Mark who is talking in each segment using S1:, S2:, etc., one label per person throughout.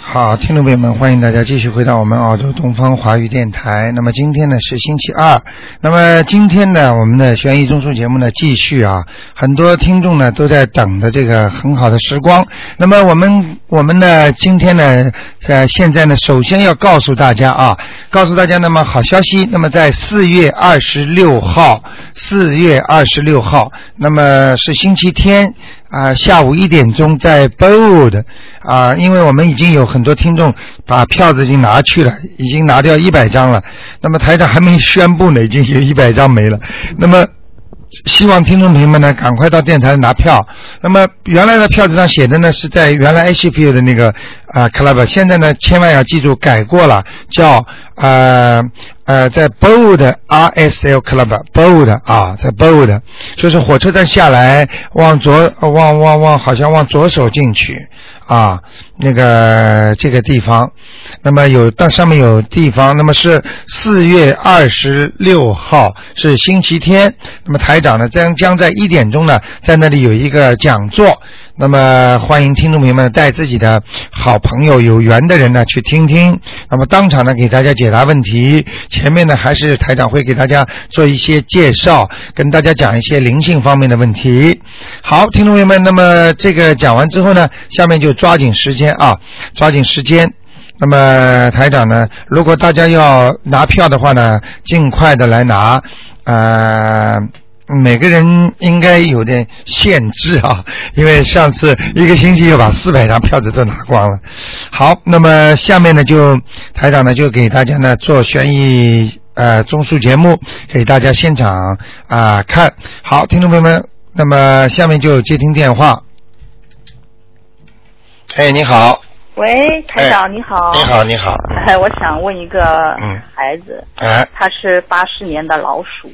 S1: 好，听众朋友们，欢迎大家继续回到我们澳洲东方华语电台。那么今天呢是星期二，那么今天呢我们的悬疑综述节目呢继续啊，很多听众呢都在等着这个很好的时光。那么我们我们呢今天呢呃现在呢首先要告诉大家啊，告诉大家那么好消息，那么在四月二十六号，四月二十六号，那么是星期天。啊、下午一点钟在 b o w d 啊、因为我们已经有很多听众把票子已经拿去了，已经拿掉一百张了。那么台长还没宣布呢，已经有一百张没了。那么希望听众朋友们呢，赶快到电台拿票。那么原来的票子上写的呢，是在原来 H P U 的那个啊、club，现在呢，千万要记住改过了，叫呃呃，在 Bold R S L Club Bold 啊，在 Bold，就是火车站下来，往左呃往往往好像往左手进去啊，那个这个地方，那么有到上面有地方，那么是四月二十六号是星期天，那么台长呢将将在一点钟呢在那里有一个讲座，那么欢迎听众朋友们带自己的好朋友、有缘的人呢去听听，那么当场呢给大家解答问题。前面呢还是台长会给大家做一些介绍，跟大家讲一些灵性方面的问题。好，听众朋友们，那么这个讲完之后呢，下面就抓紧时间啊，抓紧时间。那么台长呢，如果大家要拿票的话呢，尽快的来拿，呃。每个人应该有点限制啊， 因为上次一个星期就把四百张票子都拿光了。好，那么下面呢，就台长呢就给大家呢做悬疑呃综述节目，给大家现场啊、看。好，听众朋友们，那么下面就接听电话。哎，你好，
S2: 喂，台长、你好。
S1: 哎你。好，你好，
S2: 哎， 我想问一个
S1: 嗯
S2: 孩子，
S1: 哎，
S2: 他是八十年的老鼠，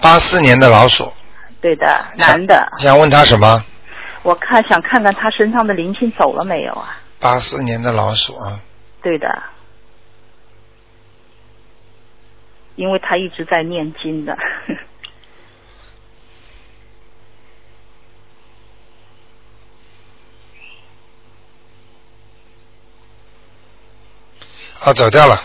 S1: 八四年的老鼠，
S2: 对的，男的。
S1: 想问他什么？
S2: 我看想看看他身上的灵性走了没有啊？
S1: 八四年的老鼠啊，
S2: 对的，因为他一直在念经的。
S1: 啊，走 掉了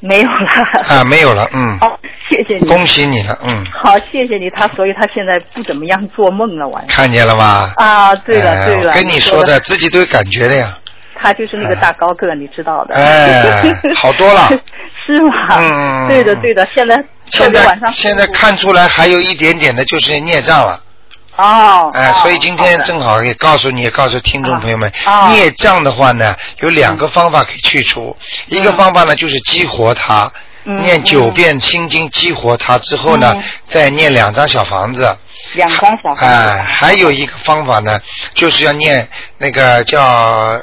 S2: 没有了。
S1: 啊，没有了，嗯，
S2: 好， 哦谢谢你。
S1: 恭喜你了，嗯。
S2: 好，谢谢你。他所以他现在不怎么样做梦了，晚上。
S1: 看见了吧？
S2: 啊，对了
S1: 哎
S2: 对了，
S1: 我跟你说
S2: 的
S1: 的，自己都有感觉 的呀。
S2: 他就是那个大高个，你知道的。
S1: 哎好多了。
S2: 是吗？
S1: 嗯
S2: 对的，对的。现在特
S1: 现
S2: 别晚
S1: 在
S2: 上
S1: 现在看出来还有一点点的就是孽障了，
S2: 哦。
S1: 哎、
S2: 哦
S1: 所以今天正好也告诉你，也告诉听众朋友们，
S2: 啊
S1: 孽障的话呢，有两个方法可以去除，一个方法呢就是激活它，
S2: 嗯
S1: 念九遍心经激活它之后呢，
S2: 嗯
S1: 再念两张小房子，
S2: 两张小
S1: 哎、
S2: 孩子。
S1: 还有一个方法呢，就是要念那个叫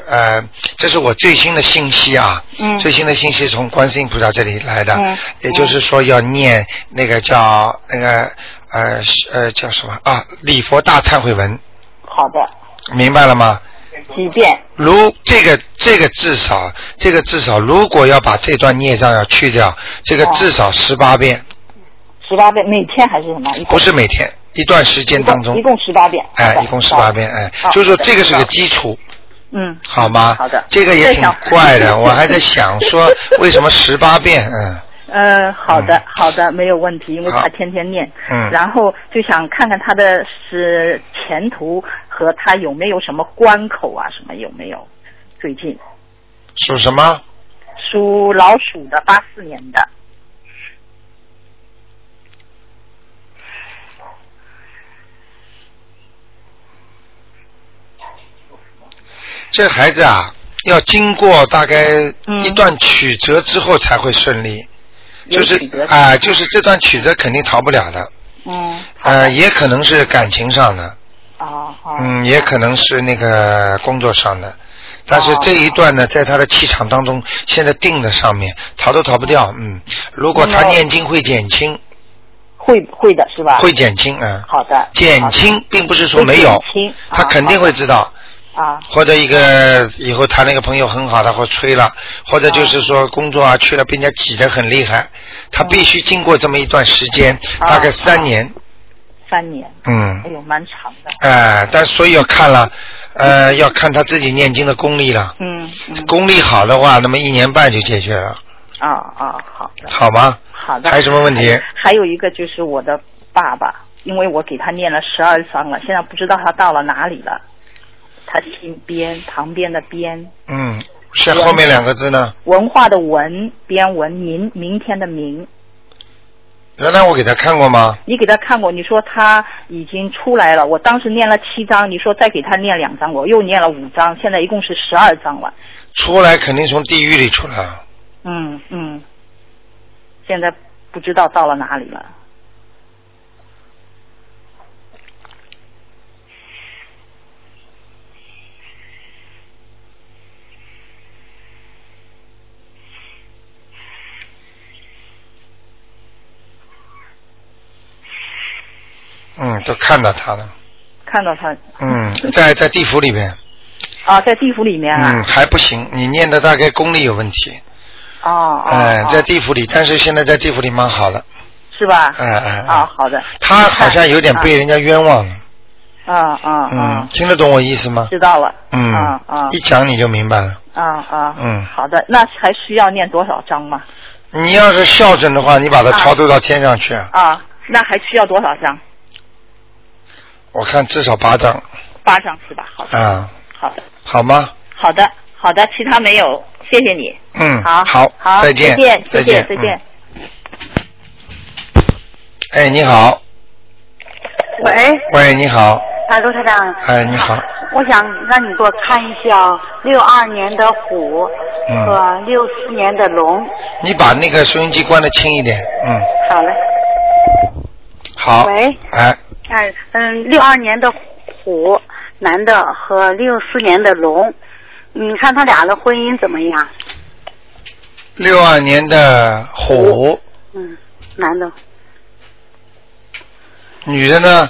S1: 呃，这是我最新的信息啊，
S2: 嗯
S1: 最新的信息从观世音菩萨这里来的，
S2: 嗯
S1: 也就是说要念那个叫那个呃是呃叫什么啊，礼佛大忏悔文，
S2: 好的，
S1: 明白了吗？
S2: 几遍？
S1: 如这个这个至少这个至少，如果要把这段孽障要去掉，这个
S2: 哦
S1: 至少十八遍，
S2: 十八遍，每天还是什么？一共
S1: 不是每天，一段时间
S2: 一共
S1: 当中
S2: 一，共十八遍。
S1: 哎
S2: 好，的
S1: 一共十八。遍，哎
S2: 好，
S1: 就是说
S2: 好的
S1: 这个是
S2: 知
S1: 个
S2: 道
S1: 基础。
S2: 嗯，
S1: 好吗？
S2: 好的
S1: 这个也挺
S2: 再
S1: 怪的，
S2: 想
S1: 我还在想说为什么十八遍，嗯，
S2: 呃，好的
S1: 嗯，
S2: 好的，没有问题，因为
S1: 好
S2: 他天天念。
S1: 嗯
S2: 然后就想看看他的是前途和他有没有什么关口啊，什么有没有？最近
S1: 属什么？
S2: 属老鼠的，八四年的。
S1: 这孩子啊，要经过大概
S2: 嗯
S1: 一段曲折之后才会顺利，
S2: 有
S1: 就是
S2: 曲折
S1: 啊、就是这段曲折肯定逃不了的，
S2: 嗯，
S1: 呃，也可能是感情上的，
S2: 哦，哦
S1: 嗯，也可能是那个工作上的。但是这
S2: 哦
S1: 一段呢，在他的气场当中，现在定的上面，逃都逃不掉。
S2: 哦
S1: 嗯，如果
S2: 嗯
S1: 他念经会减轻，
S2: 会会的是吧？
S1: 会减轻啊。
S2: 好的，
S1: 减
S2: 好的
S1: 轻并不是说没有
S2: 会减轻，
S1: 他
S2: 啊
S1: 肯定会知道。
S2: 啊，
S1: 或者一个以后谈了一个朋友很好的，或吹了，或者就是
S2: 哦
S1: 说工作啊去了，被人家挤得很厉害，他必须经过这么一段时间，
S2: 啊
S1: 大概三年，
S2: 三年，
S1: 嗯
S2: 哎，呦，蛮长的。
S1: 哎，但所以要看了，呃，要看他自己念经的功力了。
S2: 嗯嗯，
S1: 功力好的话，那么一年半就解决了，
S2: 啊啊，好的
S1: 好吗？
S2: 好的。
S1: 还有什么问题？
S2: 还有一个就是我的爸爸，因为我给他念了十二章了，现在不知道他到了哪里了。他姓边，旁边的边，
S1: 嗯，是后面两个字呢？
S2: 文化的文，边文明，明天的明。
S1: 原来我给他看过吗？
S2: 你给他看过，你说他已经出来了。我当时念了七章，你说再给他念两章，我又念了五章，现在一共是十二章了。
S1: 出来肯定从地狱里出来。
S2: 嗯嗯，现在不知道到了哪里了。
S1: 嗯，都看到他了。
S2: 看到他
S1: 嗯，在在地府里边。
S2: 啊，在地府里面
S1: 嗯，
S2: 啊。
S1: 还不行，你念的大概功力有问题。
S2: 哦哦。
S1: 哎、
S2: 哦
S1: 在地府里，但是现在在地府里蛮好的。
S2: 是吧？
S1: 哎哎哎
S2: 啊，好的。
S1: 他好像有点被人家冤枉了。
S2: 啊啊
S1: 嗯，
S2: 啊！
S1: 听得懂我意思吗？
S2: 知道了。
S1: 嗯
S2: 啊啊，
S1: 一讲你就明白了。
S2: 啊啊。
S1: 嗯
S2: 好的，那还需要念多少章吗？
S1: 你要是孝顺的话，你把他
S2: 啊
S1: 超度到天上去，
S2: 啊，那还需要多少章？
S1: 我看至少八张
S2: 八章是吧？好的，
S1: 啊，
S2: 好的，
S1: 好吗？
S2: 好的，好的，其他没有，谢谢你。
S1: 嗯，
S2: 好，
S1: 好，
S2: 好，
S1: 再
S2: 再
S1: 见，
S2: 见，
S1: 再
S2: 谢谢再见
S1: 嗯。哎，你好，
S3: 喂，
S1: 喂，你好，
S3: 啊，卢台长，
S1: 哎，你好，
S3: 我想让你给我看一下六二年的虎
S1: 嗯
S3: 和六四年的龙。
S1: 你把那个收音机关的轻一点，嗯，
S3: 好嘞。
S1: 好，
S3: 喂，
S1: 哎，
S3: 哎，嗯，六二年的虎男的和六四年的龙，你看他俩的婚姻怎么样？
S1: 六二年的虎，
S3: 嗯，男的，
S1: 女的呢？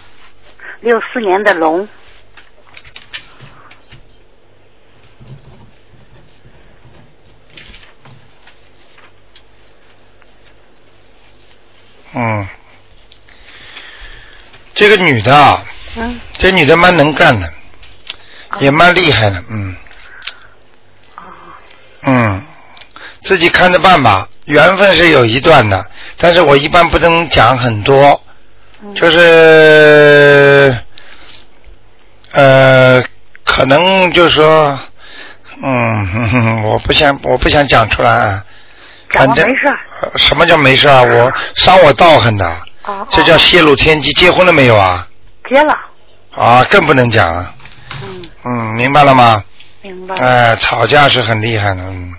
S3: 六四年的龙，
S1: 嗯，这个女的啊，
S3: 嗯，
S1: 这女的蛮能干的，
S3: 哦
S1: 也蛮厉害的，嗯，嗯，自己看着办吧。缘分是有一段的，但是我一般不能讲很多，
S3: 嗯
S1: 就是呃，可能就说，嗯， 哼哼我不想我不想讲出来啊。
S3: 讲吧
S1: 反正
S3: 没事儿
S1: 呃什么叫没事啊？我伤我道行的，
S3: 哦，
S1: 这叫
S3: 哦
S1: 泄露天机。结婚了没有啊？
S3: 结了，
S1: 啊，更不能讲了。
S3: 嗯，
S1: 嗯，明白了吗？
S3: 明白
S1: 哎、
S3: 了，
S1: 吵架是很厉害的。嗯，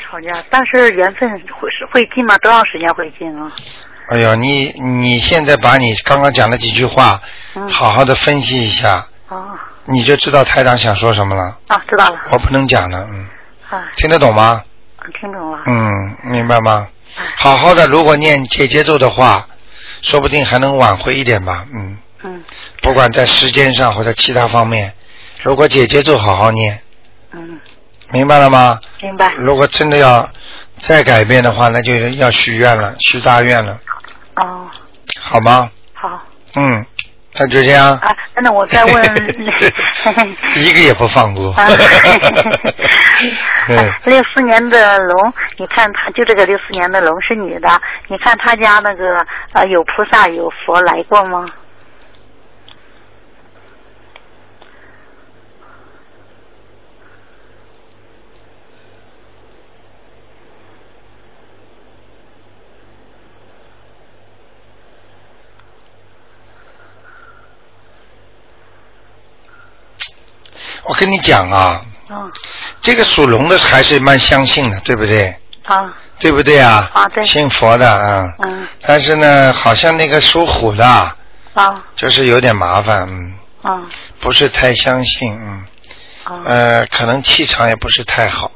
S3: 吵架，但是缘分会是会尽吗？多长时间会尽啊？
S1: 哎呦，你你现在把你刚刚讲的几句话，
S3: 嗯，
S1: 好好的分析一下，
S3: 哦，
S1: 你就知道台长想说什么了。
S3: 啊，知道了，
S1: 我不能讲了，嗯，
S3: 啊，
S1: 听得懂吗？
S3: 听懂了，
S1: 嗯，明白吗
S3: 哎？
S1: 好好的，如果念姐姐咒的话，说不定还能挽回一点吧。嗯，
S3: 嗯
S1: 不管在时间上或者其他方面，如果姐姐咒好好念，
S3: 嗯，
S1: 明白了吗？
S3: 明白。
S1: 如果真的要再改变的话，那就要许愿了，许大愿了，
S3: 哦，
S1: 好吗？
S3: 好
S1: 嗯，那就这样。
S3: 啊，那我 再问，
S1: 一个也不放过。
S3: 啊
S1: 嗯，
S3: 六四年的龙，你看他就这个六四年的龙是女的，你看他家那个呃有菩萨有佛来过吗？
S1: 我跟你讲啊，
S3: 嗯
S1: 这个属龙的还是蛮相信的，对不对？
S3: 啊
S1: 对不对啊？
S3: 啊对
S1: 信佛的啊。
S3: 嗯
S1: 但是呢，好像那个属虎的啊，
S3: 啊
S1: 就是有点麻烦，嗯，
S3: 啊
S1: 不是太相信，嗯，
S3: 啊
S1: 呃，可能气场也不是太好。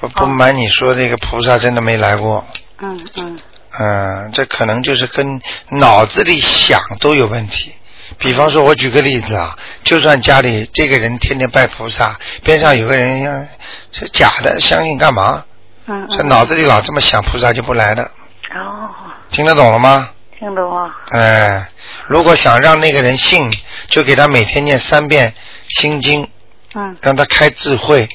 S1: 我不瞒你说，这个菩萨真的没来过。
S3: 哦嗯嗯
S1: 嗯，这可能就是跟脑子里想都有问题。比方说，我举个例子啊，就算家里这个人天天拜菩萨，边上有个人呃是假的，相信干嘛？
S3: 嗯
S1: 这
S3: 嗯，
S1: 脑子里老这么想，菩萨就不来了。
S3: 哦，
S1: 听得懂了吗？
S3: 听懂了，
S1: 哎，如果想让那个人信，就给他每天念三遍心经，
S3: 嗯，
S1: 让他开智慧，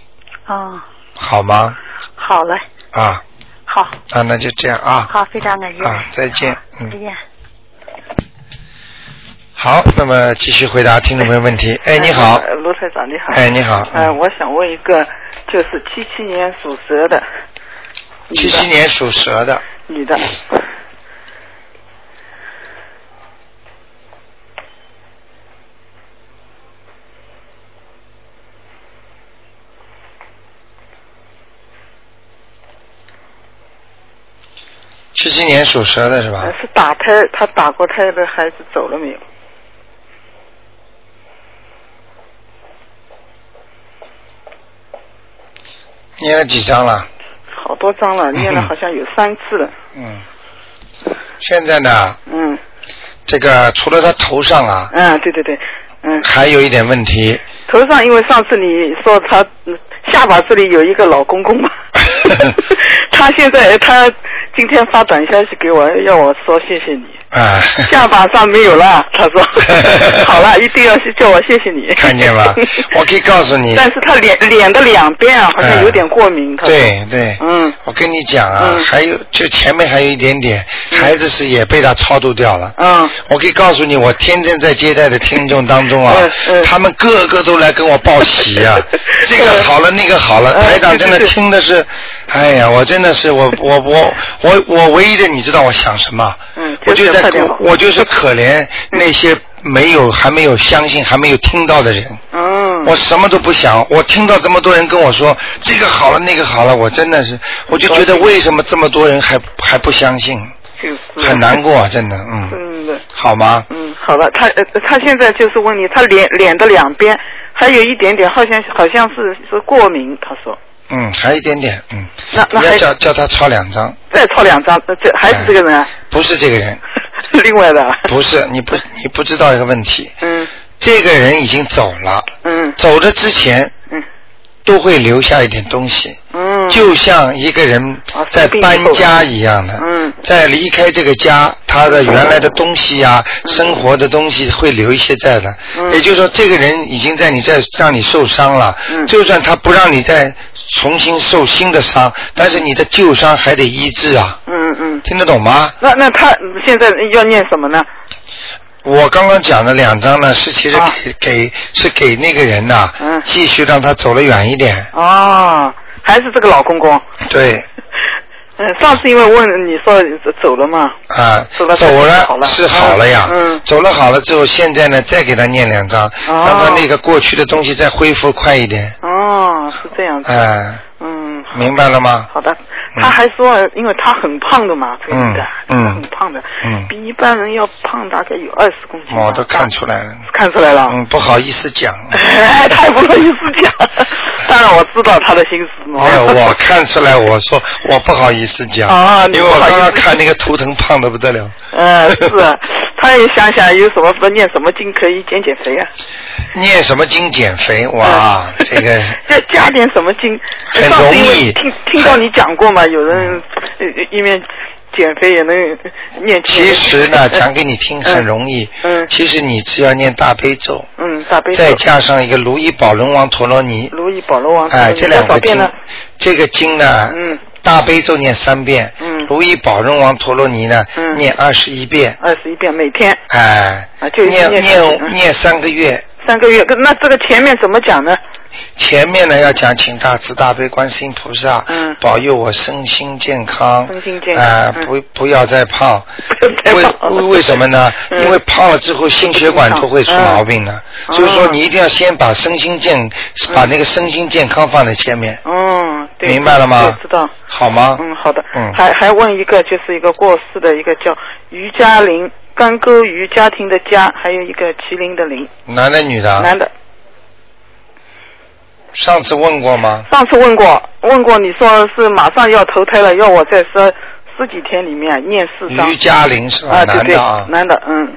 S3: 哦，
S1: 好吗？
S3: 好了，
S1: 啊
S3: 好，
S1: 啊，那就这样啊
S3: 好，非常感谢。
S1: 啊，再见，嗯
S3: 再。见。
S1: 好，那么继续回答听众朋友问题。哎，你好，
S4: 呃卢台长你好。
S1: 哎，你好，
S4: 呃，我想问一个，就是七七年属蛇的，女
S1: 七
S4: 的
S1: 七年属蛇的，
S4: 女的，
S1: 七七年属蛇的是吧
S4: 呃？是打胎，她打过胎的孩子走了没有？
S1: 念了几张了？
S4: 好多张 了，念了好像有三次了。
S1: 嗯。现在呢，
S4: 嗯
S1: 这个除了他头上啊，
S4: 嗯，对对对，嗯，
S1: 还有一点问题，
S4: 头上因为上次你说她嗯下巴这里有一个老公 公嘛，她现在她今天发短消息给我，要我说谢谢 你。
S1: 啊，
S4: 下巴上没有了，他 说好了，一定要去叫我谢谢你。
S1: 看见吗？我可以告诉你，
S4: 但是他脸脸的两边啊，好像有点过敏。他说
S1: 对对，
S4: 嗯
S1: 我跟你讲啊，
S4: 嗯
S1: 还有就前面还有一点点，孩子是也被他超度掉了。
S4: 嗯，
S1: 我可以告诉你，我天天在接待的听众当中啊
S4: 嗯，嗯
S1: 他们个个都来跟我报喜啊，这个好了，那个好了，
S4: 嗯
S1: 台长
S4: 对
S1: 真
S4: 对
S1: 的
S4: 对
S1: 听的是，哎呀，我真的是我我我我我唯一的，你知道我想什么？
S4: 嗯
S1: 我就
S4: 就是
S1: 在
S4: 快点好
S1: 我就是可怜那些没有还没有相信还没有听到的人。
S4: 嗯，
S1: 我什么都不想，我听到这么多人跟我说这个好了那个好了，我真的是，我就觉得为什么这么多人还还不相信，
S4: 就是
S1: 很难。过，真的，嗯，
S4: 嗯的，
S1: 好吗？
S4: 嗯，好了，他呃，他现在就是问你，他脸脸的两边还有一点点，好像好像是是过敏。他说
S1: 嗯，还有一点点，嗯，
S4: 那那
S1: 你要
S4: 还
S1: 叫叫他抄两张，
S4: 再抄两张，呃这还是 这个人啊，
S1: 不是这个人，
S4: 另外的啊。
S1: 不是，你不你不知道一个问题，
S4: 嗯
S1: 这个人已经走了，
S4: 嗯
S1: 走的之前
S4: 嗯
S1: 都会留下一点东西，
S4: 嗯，
S1: 就像一个人
S4: 啊
S1: 在
S4: 生病以
S1: 搬
S4: 后
S1: 家一样的，
S4: 嗯
S1: 在离开这个家，他的原来的东西呀、生活的东西会留一些在的。
S4: 嗯
S1: 也就是说，这个人已经在你在让你受伤了，
S4: 嗯
S1: 就算他不让你再重新受新的伤，但是你的旧伤还得医治啊，
S4: 嗯嗯。
S1: 听得懂吗？
S4: 那那他嗯现在要念什么呢？
S1: 我刚刚讲的两张呢，是其实给、
S4: 啊
S1: 给是给那个人呐、
S4: 嗯
S1: 继续让他走得远一点。
S4: 哦，还是这个老公公。
S1: 对，
S4: 嗯，上次因为问你说走了嘛，
S1: 啊，
S4: 走了
S1: 走
S4: 好了
S1: 是好了呀，
S4: 嗯嗯
S1: 走了好了之后，现在呢再给他念两张，让他那个过去的东西再恢复快一点，
S4: 哦，是这样子，
S1: 哎、嗯
S4: 嗯，
S1: 明白了吗？
S4: 好的。他还说，因为他很胖的嘛，这个女的，
S1: 嗯嗯
S4: 她很胖的，
S1: 嗯
S4: 比一般人要胖大概有二十公斤吧。
S1: 我都看出来了，
S4: 看出来了。
S1: 嗯，不好意思讲，
S4: 哎，太不好意思讲，当然我知道他的心思嘛。
S1: 没有，哎我看出来，我说我不好意思讲，
S4: 啊你
S1: 因为我
S4: 不好意
S1: 刚
S4: 思
S1: 刚看那个图腾胖的不得了，
S4: 呃，是啊，他也想想有什么不念什么经可以减减肥啊。
S1: 念什么经减肥， 哇，
S4: 嗯
S1: 这个
S4: 要加点什么精？
S1: 很
S4: 上次因
S1: 容易
S4: 为听听到你讲过嘛，有人呃一面减肥也能念经。
S1: 其实 呢，讲给你听很容易，
S4: 嗯
S1: 其实你只要念大悲咒，
S4: 嗯，大悲咒
S1: 再加上一个如意宝轮王陀罗尼，
S4: 如意宝罗王
S1: 哎，
S4: 你
S1: 这两
S4: 多少
S1: 个
S4: 遍
S1: 经
S4: 呢？，
S1: 这个经呢，
S4: 嗯，
S1: 大悲咒念三遍，
S4: 嗯
S1: 如意宝轮王陀罗尼呢，
S4: 嗯
S1: 念二十一遍，
S4: 二十一遍每天
S1: 哎，
S4: 啊就一
S1: 念
S4: 念下去
S1: 念
S4: 嗯
S1: 念三个月，
S4: 三个月。那这个前面怎么讲呢？
S1: 啊前面呢要讲请大慈大悲观世音菩萨，
S4: 嗯
S1: 保佑我身心健康，
S4: 身心健康
S1: 哎
S4: 嗯
S1: 不不要再胖，
S4: 不 要再胖
S1: 为为为什么呢？
S4: 嗯
S1: 因为胖了之后心血管都会出毛病的，
S4: 嗯
S1: 所以说
S4: 哦
S1: 你一定要先把身心健，把那个身心健康放在前面，
S4: 嗯，对，
S1: 明白了吗
S4: 对知道。
S1: 好吗？
S4: 嗯，好的。
S1: 嗯
S4: 还还问一个，就是一个过世的一个叫于嘉玲，干沟于家庭的家，还有一个麒麟的麟，
S1: 男的女的？啊
S4: 男的。
S1: 上次问过吗？
S4: 上次问过，问过你说是马上要投胎了，要我在十十几天里面念四张
S1: 于嘉玲是吧？
S4: 啊，对
S1: 男
S4: 对
S1: 的啊，，
S4: 男的，嗯，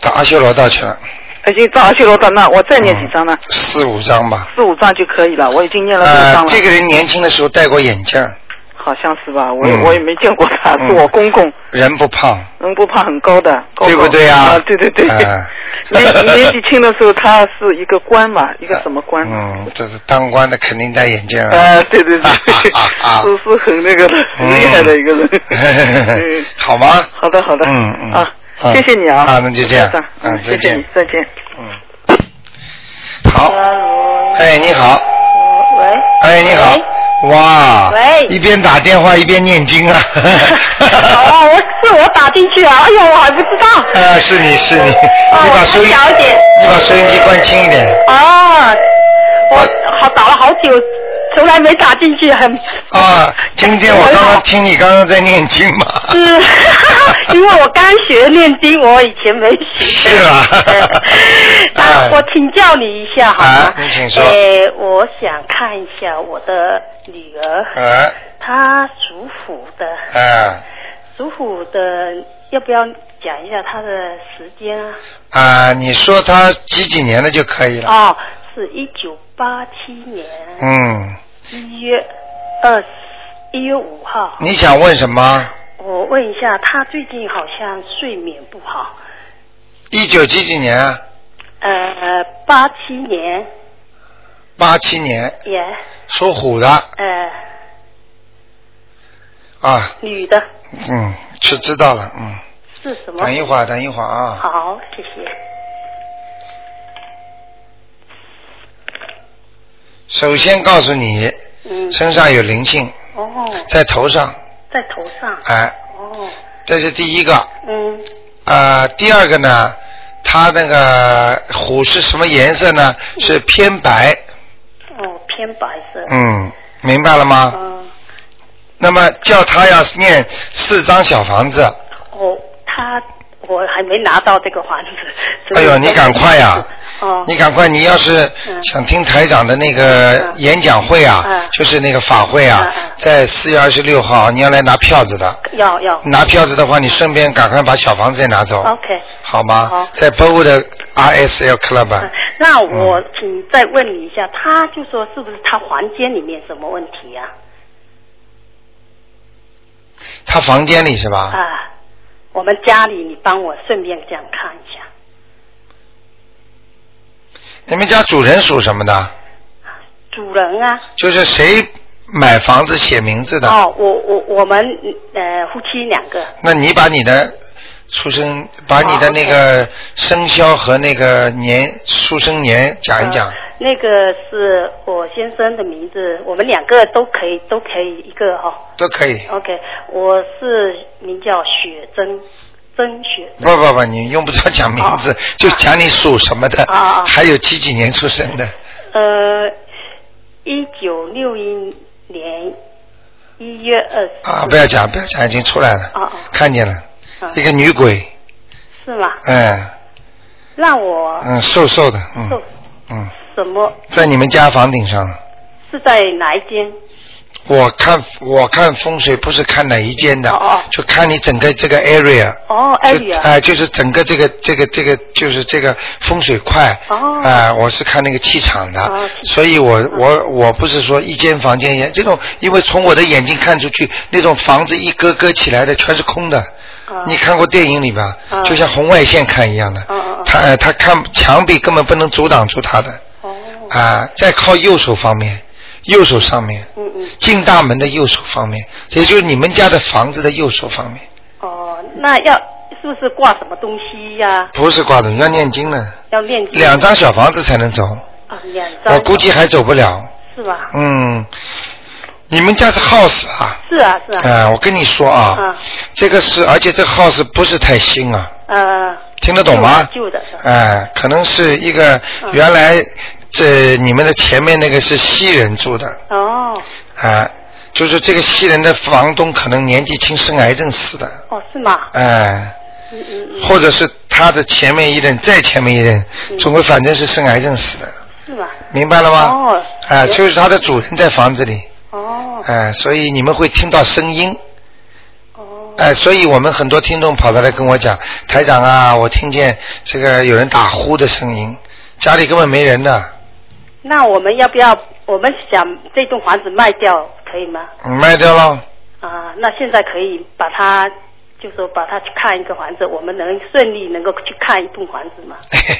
S1: 打阿修罗道去了，
S4: 已经到阿修罗道那，我再
S1: 嗯
S4: 念几张呢？
S1: 四五张吧。
S4: 四五张就可以了，我已经念了四
S1: 呃
S4: 张，了。
S1: 这个人年轻的时候戴过眼镜儿，
S4: 好像是吧？我、
S1: 嗯
S4: 我也没见过他，
S1: 嗯
S4: 是我公公，
S1: 人不胖，
S4: 人不怕很高的，高高
S1: 对不对呀、
S4: 啊？对对对。
S1: 哎
S4: 年年纪轻的时候，他 是一个官嘛，一个什么官？
S1: 嗯，这是当官的肯定戴眼镜啊。
S4: 啊，对对对，
S1: 啊啊 啊
S4: 是是很那个的，很厉害的一个人。嗯，
S1: 哦 好吗？
S4: 好的好的，
S1: 嗯嗯
S4: 啊，
S1: 嗯
S4: 谢谢你啊，
S1: 啊那就这样
S4: 台长
S1: 嗯
S4: 嗯，谢谢你，再见。
S1: 嗯。好，
S5: 呃
S1: 哎，你好，
S4: 呃
S5: 喂，
S1: 哎，你好，哇，
S5: 喂
S1: 一边打电话一边念经 啊。
S5: 哦，我是我打进去啊，哎呦，我还不知道。
S1: 啊，是你是你，
S4: 哦
S1: 你把收音，
S5: 我才了解
S1: 你把收音机关轻一点。
S5: 啊，我好打了好久，从来没打进去，很
S1: 啊，今天我刚刚听你刚刚在念经 嘛。
S5: 是， 因为我刚学念经，我以前没学。
S1: 是 啊哎
S5: 那我请教你一下好吗
S1: 啊？你请说
S5: 呃，我想看一下我的女儿，
S1: 啊
S5: 她属虎的，
S1: 啊
S5: 属虎的，要不要讲一下她的时间啊？
S1: 啊！你说他几几年的就可以了。
S5: 哦，是一九八七年
S1: 嗯，
S5: 一月二一月五号。
S1: 你想问什么？
S5: 我问一下，他最近好像睡眠不好，
S1: 一九几几年啊？
S5: 呃，八七年
S1: 八七年，
S5: 也
S1: 属虎的
S5: 呃
S1: 啊。
S5: 女的，
S1: 嗯，是知道了。嗯，
S5: 是什么
S1: 等？一会儿，等一会儿啊。
S5: 好，谢谢。
S1: 首先告诉你，
S5: 嗯，
S1: 身上有灵性，
S5: 哦，
S1: 在头上，
S5: 在头上。
S1: 哎，
S5: 哦，
S1: 这是第一个。
S5: 嗯，
S1: 呃，第二个呢，它那个虎是什么颜色呢？是偏白。
S5: 哦，偏白色。
S1: 嗯，明白了吗？
S5: 嗯，
S1: 那么叫他要念四张小房子。
S5: 我他哦我还没拿到这个房子。
S1: 哎呦，你赶快呀、
S5: 哦，
S1: 你赶快，你要是
S5: 嗯
S1: 想听台长的那个
S5: 嗯
S1: 演讲会啊，
S5: 嗯
S1: 就是那个法会
S5: 嗯
S1: 啊，
S5: 嗯
S1: 在四月二十六号，啊你要来拿票子的。
S5: 要要。
S1: 拿票子的话，你顺便赶快把小房子也拿走，
S5: OK。
S1: 好吗？
S5: 好嗯
S1: 在 b o 的 RSL Club 啊。
S5: 那我请再问你一下，他就说是不是他房间里面什么问题呀、
S1: 他房间里是吧？
S5: 啊？我们家里你帮我顺便这样看一下，
S1: 你们家主人属什么的？
S5: 主人啊，
S1: 就是谁买房子写名字的？
S5: 哦，我我我们呃夫妻两个，
S1: 那你把你的出生，把
S5: 哦
S1: 你的那个生肖和那个年出生年讲一讲
S5: 呃。那个是我先生的名字，我们两个都可以都可以一个哦。
S1: 都可以。
S5: OK，我是名叫雪珍，珍雪
S1: 不不不，你用不着讲名字
S5: 哦，
S1: 就讲你属什么的
S5: 哦哦，
S1: 还有几几年出生的。
S5: 呃，一九六一年一月二十
S1: 啊，不要讲，不要讲，已经出来了
S5: 哦哦，
S1: 看见了，
S5: 嗯
S1: 一个女鬼，
S5: 是吗？
S1: 嗯
S5: 让我
S1: 嗯，瘦瘦的，嗯
S5: 受
S1: 嗯，
S5: 什么？
S1: 在你们家房顶上了。
S5: 是在哪一间？
S1: 我看我看风水不是看哪一间的，
S5: 哦哦
S1: 就看你整个这个 area。
S5: 哦
S1: 就哎、
S5: ，area。
S1: 就是整个这个这个这个就是这个风水块。
S5: 哦
S1: 哎、我是看那个气场的，
S5: 哦气场
S1: 所以我我我不是说一间房间也这种，因为从我的眼睛看出去，那种房子一格格起来的全是空的。
S5: 哦
S1: 你看过电影里吧？
S5: 哦
S1: 就像红外线看一样的，
S5: 哦哦哦
S1: 他哎他看墙壁根本不能阻挡住他的
S5: 哦，
S1: 啊、再靠右手方面，右手上面，
S5: 嗯嗯，
S1: 进大门的右手方面，也就是你们家的房子的右手方面，
S5: 哦，那要是不是挂什么东西呀、
S1: 不是挂的，要念经的。
S5: 要念经
S1: 两张小房子才能走，
S5: 啊，两张。
S1: 我估计还走不了。
S5: 是吧？
S1: 嗯，你们家是 house 啊？
S5: 是啊，是
S1: 啊、
S5: 啊。
S1: 我跟你说啊，
S5: 嗯
S1: 这个是，而且这个 house 不是太新啊，
S5: 呃，
S1: 听得懂吗？
S5: 旧的旧的
S1: 哎、可能是一个
S5: 嗯
S1: 原来这你们的前面那个是西人住的，
S5: 哦，
S1: 啊、就是这个西人的房东可能年纪轻生癌症死的，
S5: 哦，是吗？
S1: 哎、
S5: 嗯嗯嗯，
S1: 或者是他的前面一任，再前面一任，
S5: 嗯
S1: 总归反正是生癌症死的，
S5: 是吗？
S1: 明白了吗？
S5: 哦
S1: 啊，
S5: 有
S1: 就是他的主人在房子里，
S5: 哦
S1: 哎、所以你们会听到声音，
S5: 哦，
S1: 哎，所以我们很多听众跑过来跟我讲，台长啊，我听见这个有人打呼的声音，家里根本没人呢，
S5: 那我们要不要？我们想这栋房子卖掉，可以吗？
S1: 嗯卖 掉了。。
S5: 啊，那现在可以把它，就说把它去看一个房子，我们能顺利能够去看一栋房子吗？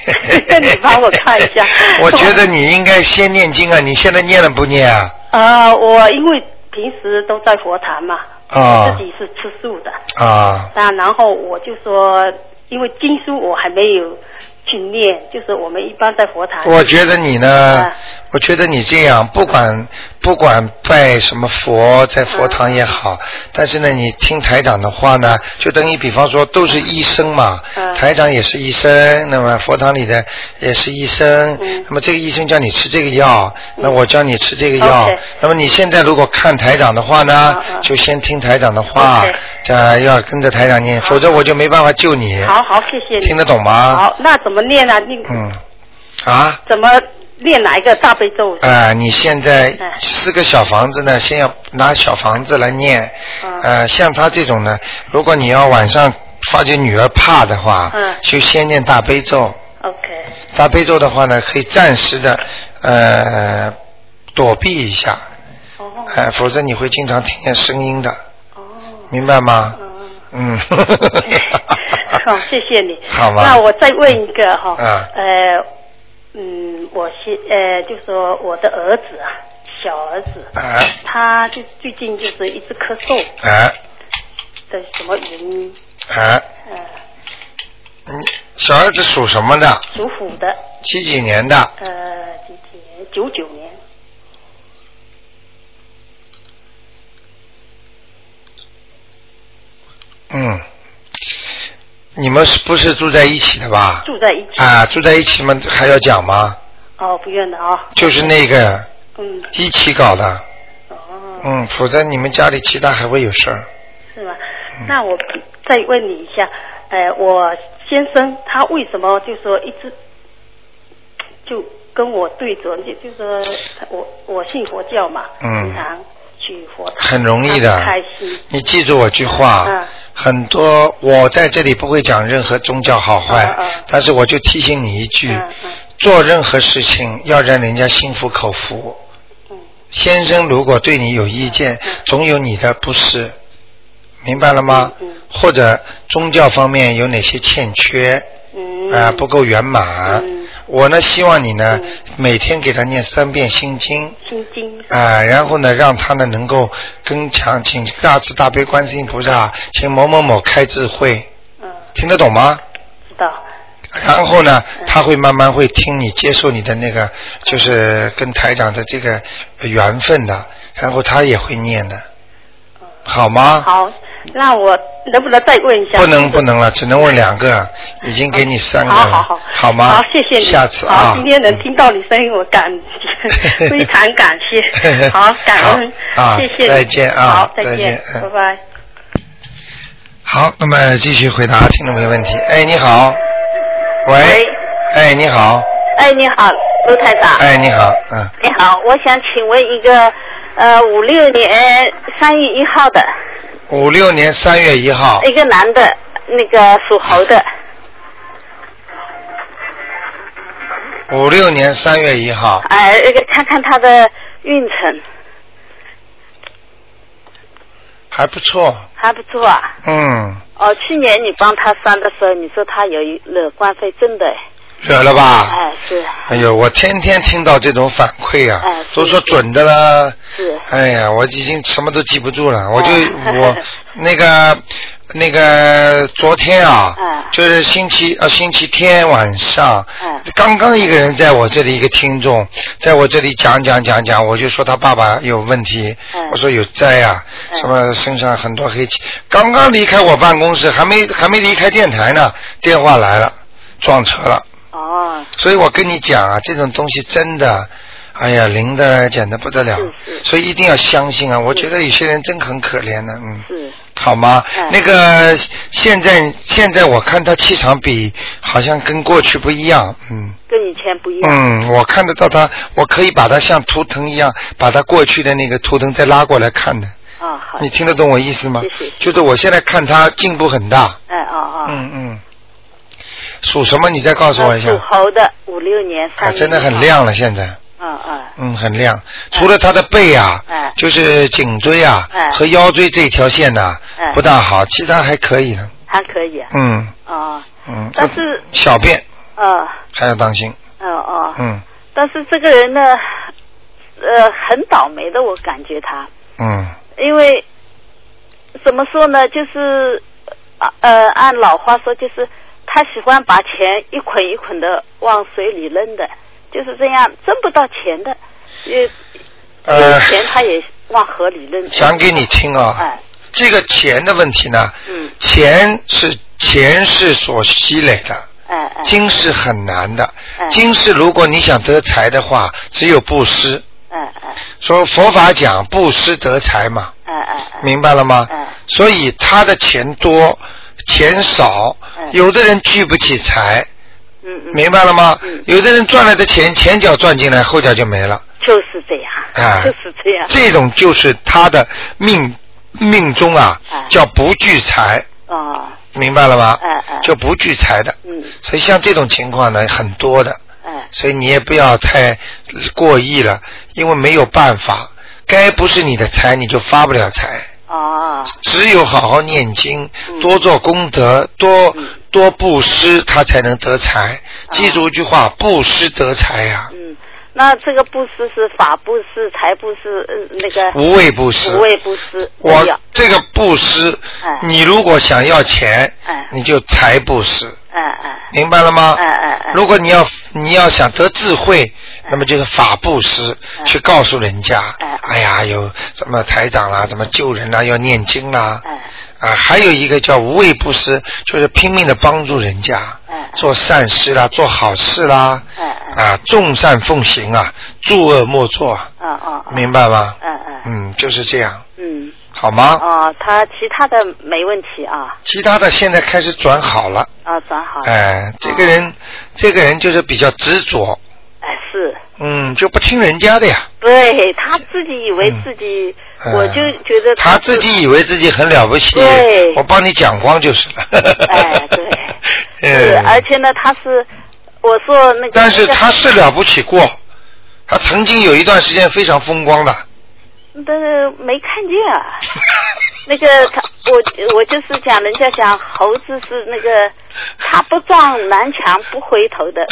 S5: 你帮我看一下
S1: 我 觉得你应该先念经啊，你现在念了不念啊？
S5: 啊，我因为平时都在佛堂嘛，
S1: 啊
S5: 自己是吃素的，
S1: 啊，
S5: 那然后我就说，因为经书我还没有去念，就是我们一般在佛堂。
S1: 我觉得你呢
S5: 啊，
S1: 我觉得你这样，不管不管拜什么佛，在佛堂也好，
S5: 嗯
S1: 但是呢，你听台长的话呢，就等于比方说都是医生嘛，
S5: 嗯
S1: 台长也是医生，那么佛堂里的也是医生，
S5: 嗯
S1: 那么这个医生叫你吃这个药，那我叫你吃这个药
S5: OK，
S1: 那么你现在如果看台长的话呢
S5: 嗯，嗯
S1: 就先听台长的话
S5: OK，
S1: 这要跟着台长念，否则我就没办法救你，
S5: 呃好好，谢谢你。
S1: 听得懂吗？
S5: 好，那怎么念啊？你
S1: 嗯，啊。
S5: 怎么念哪一个大悲 咒？
S1: 啊、你现在
S5: 哎
S1: 四个小房子呢，先要拿小房子来念。
S5: 嗯
S1: 呃，像他这种呢，如果你要晚上发觉女儿怕的话，
S5: 嗯
S1: 就先念大悲咒。
S5: OK，
S1: 大悲咒的话呢，可以暂时的呃躲避一下，
S5: 哦
S1: 哎、否则你会经常听见声音的，
S5: 哦，
S1: 明白吗？
S5: 嗯。
S1: 嗯。
S5: 好，谢谢你。
S1: 好吧
S5: 那我再问一个哈、
S1: 啊
S5: 呃，嗯，我是呃，就说我的儿子啊，小儿子，
S1: 哎
S5: 他就最近就是一直咳嗽
S1: 哎
S5: 的什么原因？
S1: 哎，
S5: 呃，
S1: 嗯，小儿子属什么的？
S5: 属虎的，
S1: 几几年的？
S5: 呃，几几年？九九年。
S1: 嗯，你们是不是住在一起的吧？
S5: 住在一起。
S1: 啊，住在一起嘛，还要讲吗？
S5: 哦，不愿了啊、
S1: 就是那个
S5: 嗯，
S1: 一起搞的，
S5: 哦，
S1: 嗯，否则你们家里其他还会有事儿。
S5: 是吗？
S1: 嗯
S5: 那我再问你一下，呃，我先生他为什么就说一直就跟我对着，就就说他我我信佛教嘛，
S1: 嗯
S5: 经常去佛堂，
S1: 很容易的
S5: 他不开心，
S1: 你记住我句话，
S5: 嗯
S1: 很多我在这里不会讲任何宗教好坏，
S5: 嗯嗯
S1: 但是我就提醒你一句，
S5: 嗯嗯
S1: 做任何事情要让人家心服口服。
S5: 嗯
S1: 先生如果对你有意见，总有你的不是，明白了吗？
S5: 嗯嗯
S1: 或者宗教方面有哪些欠缺？
S5: 嗯
S1: 啊、不够圆满。
S5: 嗯
S1: 我呢，希望你呢，
S5: 嗯
S1: 每天给他念三遍心经。
S5: 心经是吧
S1: 啊、然后呢，让他呢能够增强，请大慈大悲观世音菩萨，请某某某开智慧，
S5: 嗯，
S1: 听得懂吗？
S5: 知道，嗯
S1: 然后呢，他会慢慢会听你接受你的那个，就是跟台长的这个缘分的，然后他也会念的，好吗？
S5: 嗯好，那我能不能再问一下？
S1: 啊不能不能了，只能问两个，已经给你三个了，
S5: 好好好，
S1: 吗？
S5: 好，谢谢你。
S1: 下次啊，
S5: 好，今天能听到你声音，我感 非常感谢。好，感恩，
S1: 好啊
S5: 谢谢你。
S1: 再见啊
S5: 好，
S1: 再
S5: 再
S1: 见
S5: 见，
S1: 嗯
S5: 拜拜。
S1: 好，那么继续回答听众朋友问题。哎，你好，喂，哎，你好，
S6: 哎，你好，卢台长。
S1: 哎，你好，嗯，
S6: 你好，我想请问一个，呃，五六年三月一号的
S1: 五六年三月一号，
S6: 一个男的，那个属猴的，
S1: 五六年三月一号，
S6: 哎、那个看看他的运程
S1: 还不错，
S6: 还不错啊。
S1: 嗯，
S6: 哦，去年你帮他算的时候，你说他有一惹官非症的，
S1: 惹了吧？
S6: 哎，是
S1: 哎呦，我天天听到这种反馈啊
S6: 哎，是
S1: 都说准的啦，
S6: 是，
S1: 哎呀，我已经什么都记不 住了，我就
S6: 哎
S1: 我那个那个昨天啊
S6: 嗯，
S1: 就是星期呃星期天晚上
S6: 嗯，
S1: 刚刚一个人在我这里一个听众在我这里讲讲讲讲，我就说他爸爸有问题
S6: 嗯，
S1: 我说有灾啊，
S6: 嗯
S1: 什么身上很多黑气，刚刚离开我办公室，还没还没离开电台呢，电话来了，撞车了。
S6: 哦，
S1: 所以我跟你讲啊，这种东西真的，哎呀，灵的简直不得了，
S6: 是是
S1: 所以一定要相信啊！我觉得有些人真很可怜的、嗯，
S6: 是
S1: 好吗？
S6: 嗯
S1: 那个现在现在我看他气场比好像跟过去不一样，嗯
S6: 跟以前不一样。
S1: 嗯，我看得到他，我可以把他像图腾一样，把他过去的那个图腾再拉过来看的，
S6: 啊，好的。
S1: 你听得懂我意思吗
S6: 谢谢？
S1: 就是我现在看他进步很大。
S6: 哎啊啊。
S1: 嗯嗯。属什么？你再告诉我一下
S6: 呃属。猴的，五六年三
S1: 啊，
S6: 月。
S1: 真的很。亮了，现在。
S6: 嗯嗯
S1: 嗯，很亮。除了他的背啊，
S6: 哎
S1: 就是颈椎啊、
S6: 哎
S1: 和腰椎这条线呐、
S6: 哎
S1: 不大好，其他还可以的。
S6: 还可以啊。
S1: 嗯
S6: 哦
S1: 嗯。
S6: 但是
S1: 小便
S6: 哦
S1: 还要当心。
S6: 哦哦。
S1: 嗯
S6: 但是这个人呢，呃，很倒霉的，我感觉他，
S1: 嗯
S6: 因为怎么说呢，就是啊呃，按老话说，就是他喜欢把钱一捆一捆的往水里扔的，就是这样挣不到钱的，也
S1: 呃
S6: 有，钱他也往河里扔。
S1: 讲给你听啊、
S6: 哎，
S1: 这个钱的问题呢，
S6: 嗯，
S1: 钱是前世所积累的，
S6: 哎哎
S1: 今世很难的。
S6: 哎
S1: 今世如果你想得财的话，只有布施。
S6: 哎哎
S1: 说佛法讲布施得财嘛，
S6: 哎哎哎，
S1: 明白了吗？
S6: 嗯
S1: 所以他的钱多，钱少，
S6: 嗯
S1: 有的人聚不起财，
S6: 嗯嗯，
S1: 明白了吗？
S6: 嗯
S1: 有的人赚来的钱，前脚赚进来，后脚就没了，
S6: 就是这样，
S1: 哎
S6: 就是这样，
S1: 这种就是他的命命中啊
S6: 嗯，
S1: 叫不聚财，
S6: 哦，
S1: 明白了吗？
S6: 嗯嗯
S1: 就不聚财的，
S6: 嗯
S1: 所以像这种情况呢，很多的，
S6: 哎
S1: 所以你也不要太过意了，因为没有办法，该不是你的财，你就发不了财。
S6: 哦，
S1: 只有好好念经，
S6: 嗯
S1: 多做功德，多、
S6: 嗯哦
S1: 多布施，他才能得财。记住一句话，布施得财呀、
S6: 嗯，那这个布施是法布施、财布施，呃，那个
S1: 无畏布施。
S6: 无畏布施，
S1: 我
S6: 没有
S1: 这个布施，
S6: 哎
S1: 你如果想要钱，
S6: 哎
S1: 你就财布施，
S6: 哎哎
S1: 明白了吗？
S6: 哎哎哎
S1: 如果你要你要想得智慧，那么就是法布施，
S6: 哎
S1: 去告诉人家，
S6: 哎嗯
S1: 哎呀，有什么台长啦，怎么救人啦，要念经啦，
S6: 哎
S1: 啊，还有一个叫无畏布施，就是拼命的帮助人家，
S6: 哎哎
S1: 做善事啦，做好事啦，
S6: 哎哎，
S1: 啊，众善奉行啊，诸恶莫作，啊
S6: 哦哦，哦
S1: 明白吗？
S6: 嗯嗯
S1: 嗯，就是这样，
S6: 嗯，
S1: 好吗？
S6: 哦，他其他的没问题啊，
S1: 其他的现在开始转好了，
S6: 啊，转好，哎
S1: 哎，这个人，这个人就是比较执着，
S6: 是。
S1: 嗯，就不听人家的呀，
S6: 对他自己以为自己，
S1: 嗯
S6: 我就觉得
S1: 他
S6: 是
S1: 自己以为自己很了不起
S6: 对，
S1: 我帮你讲光就是了。
S6: 哎对是，
S1: 嗯
S6: 而且呢，他是我说那个，
S1: 但是他是了不起过，他曾经有一段时间非常风光的。
S6: 但是没看见 啊。那个他，我我就是讲，人家讲猴子是那个，他不撞南墙不回头 的，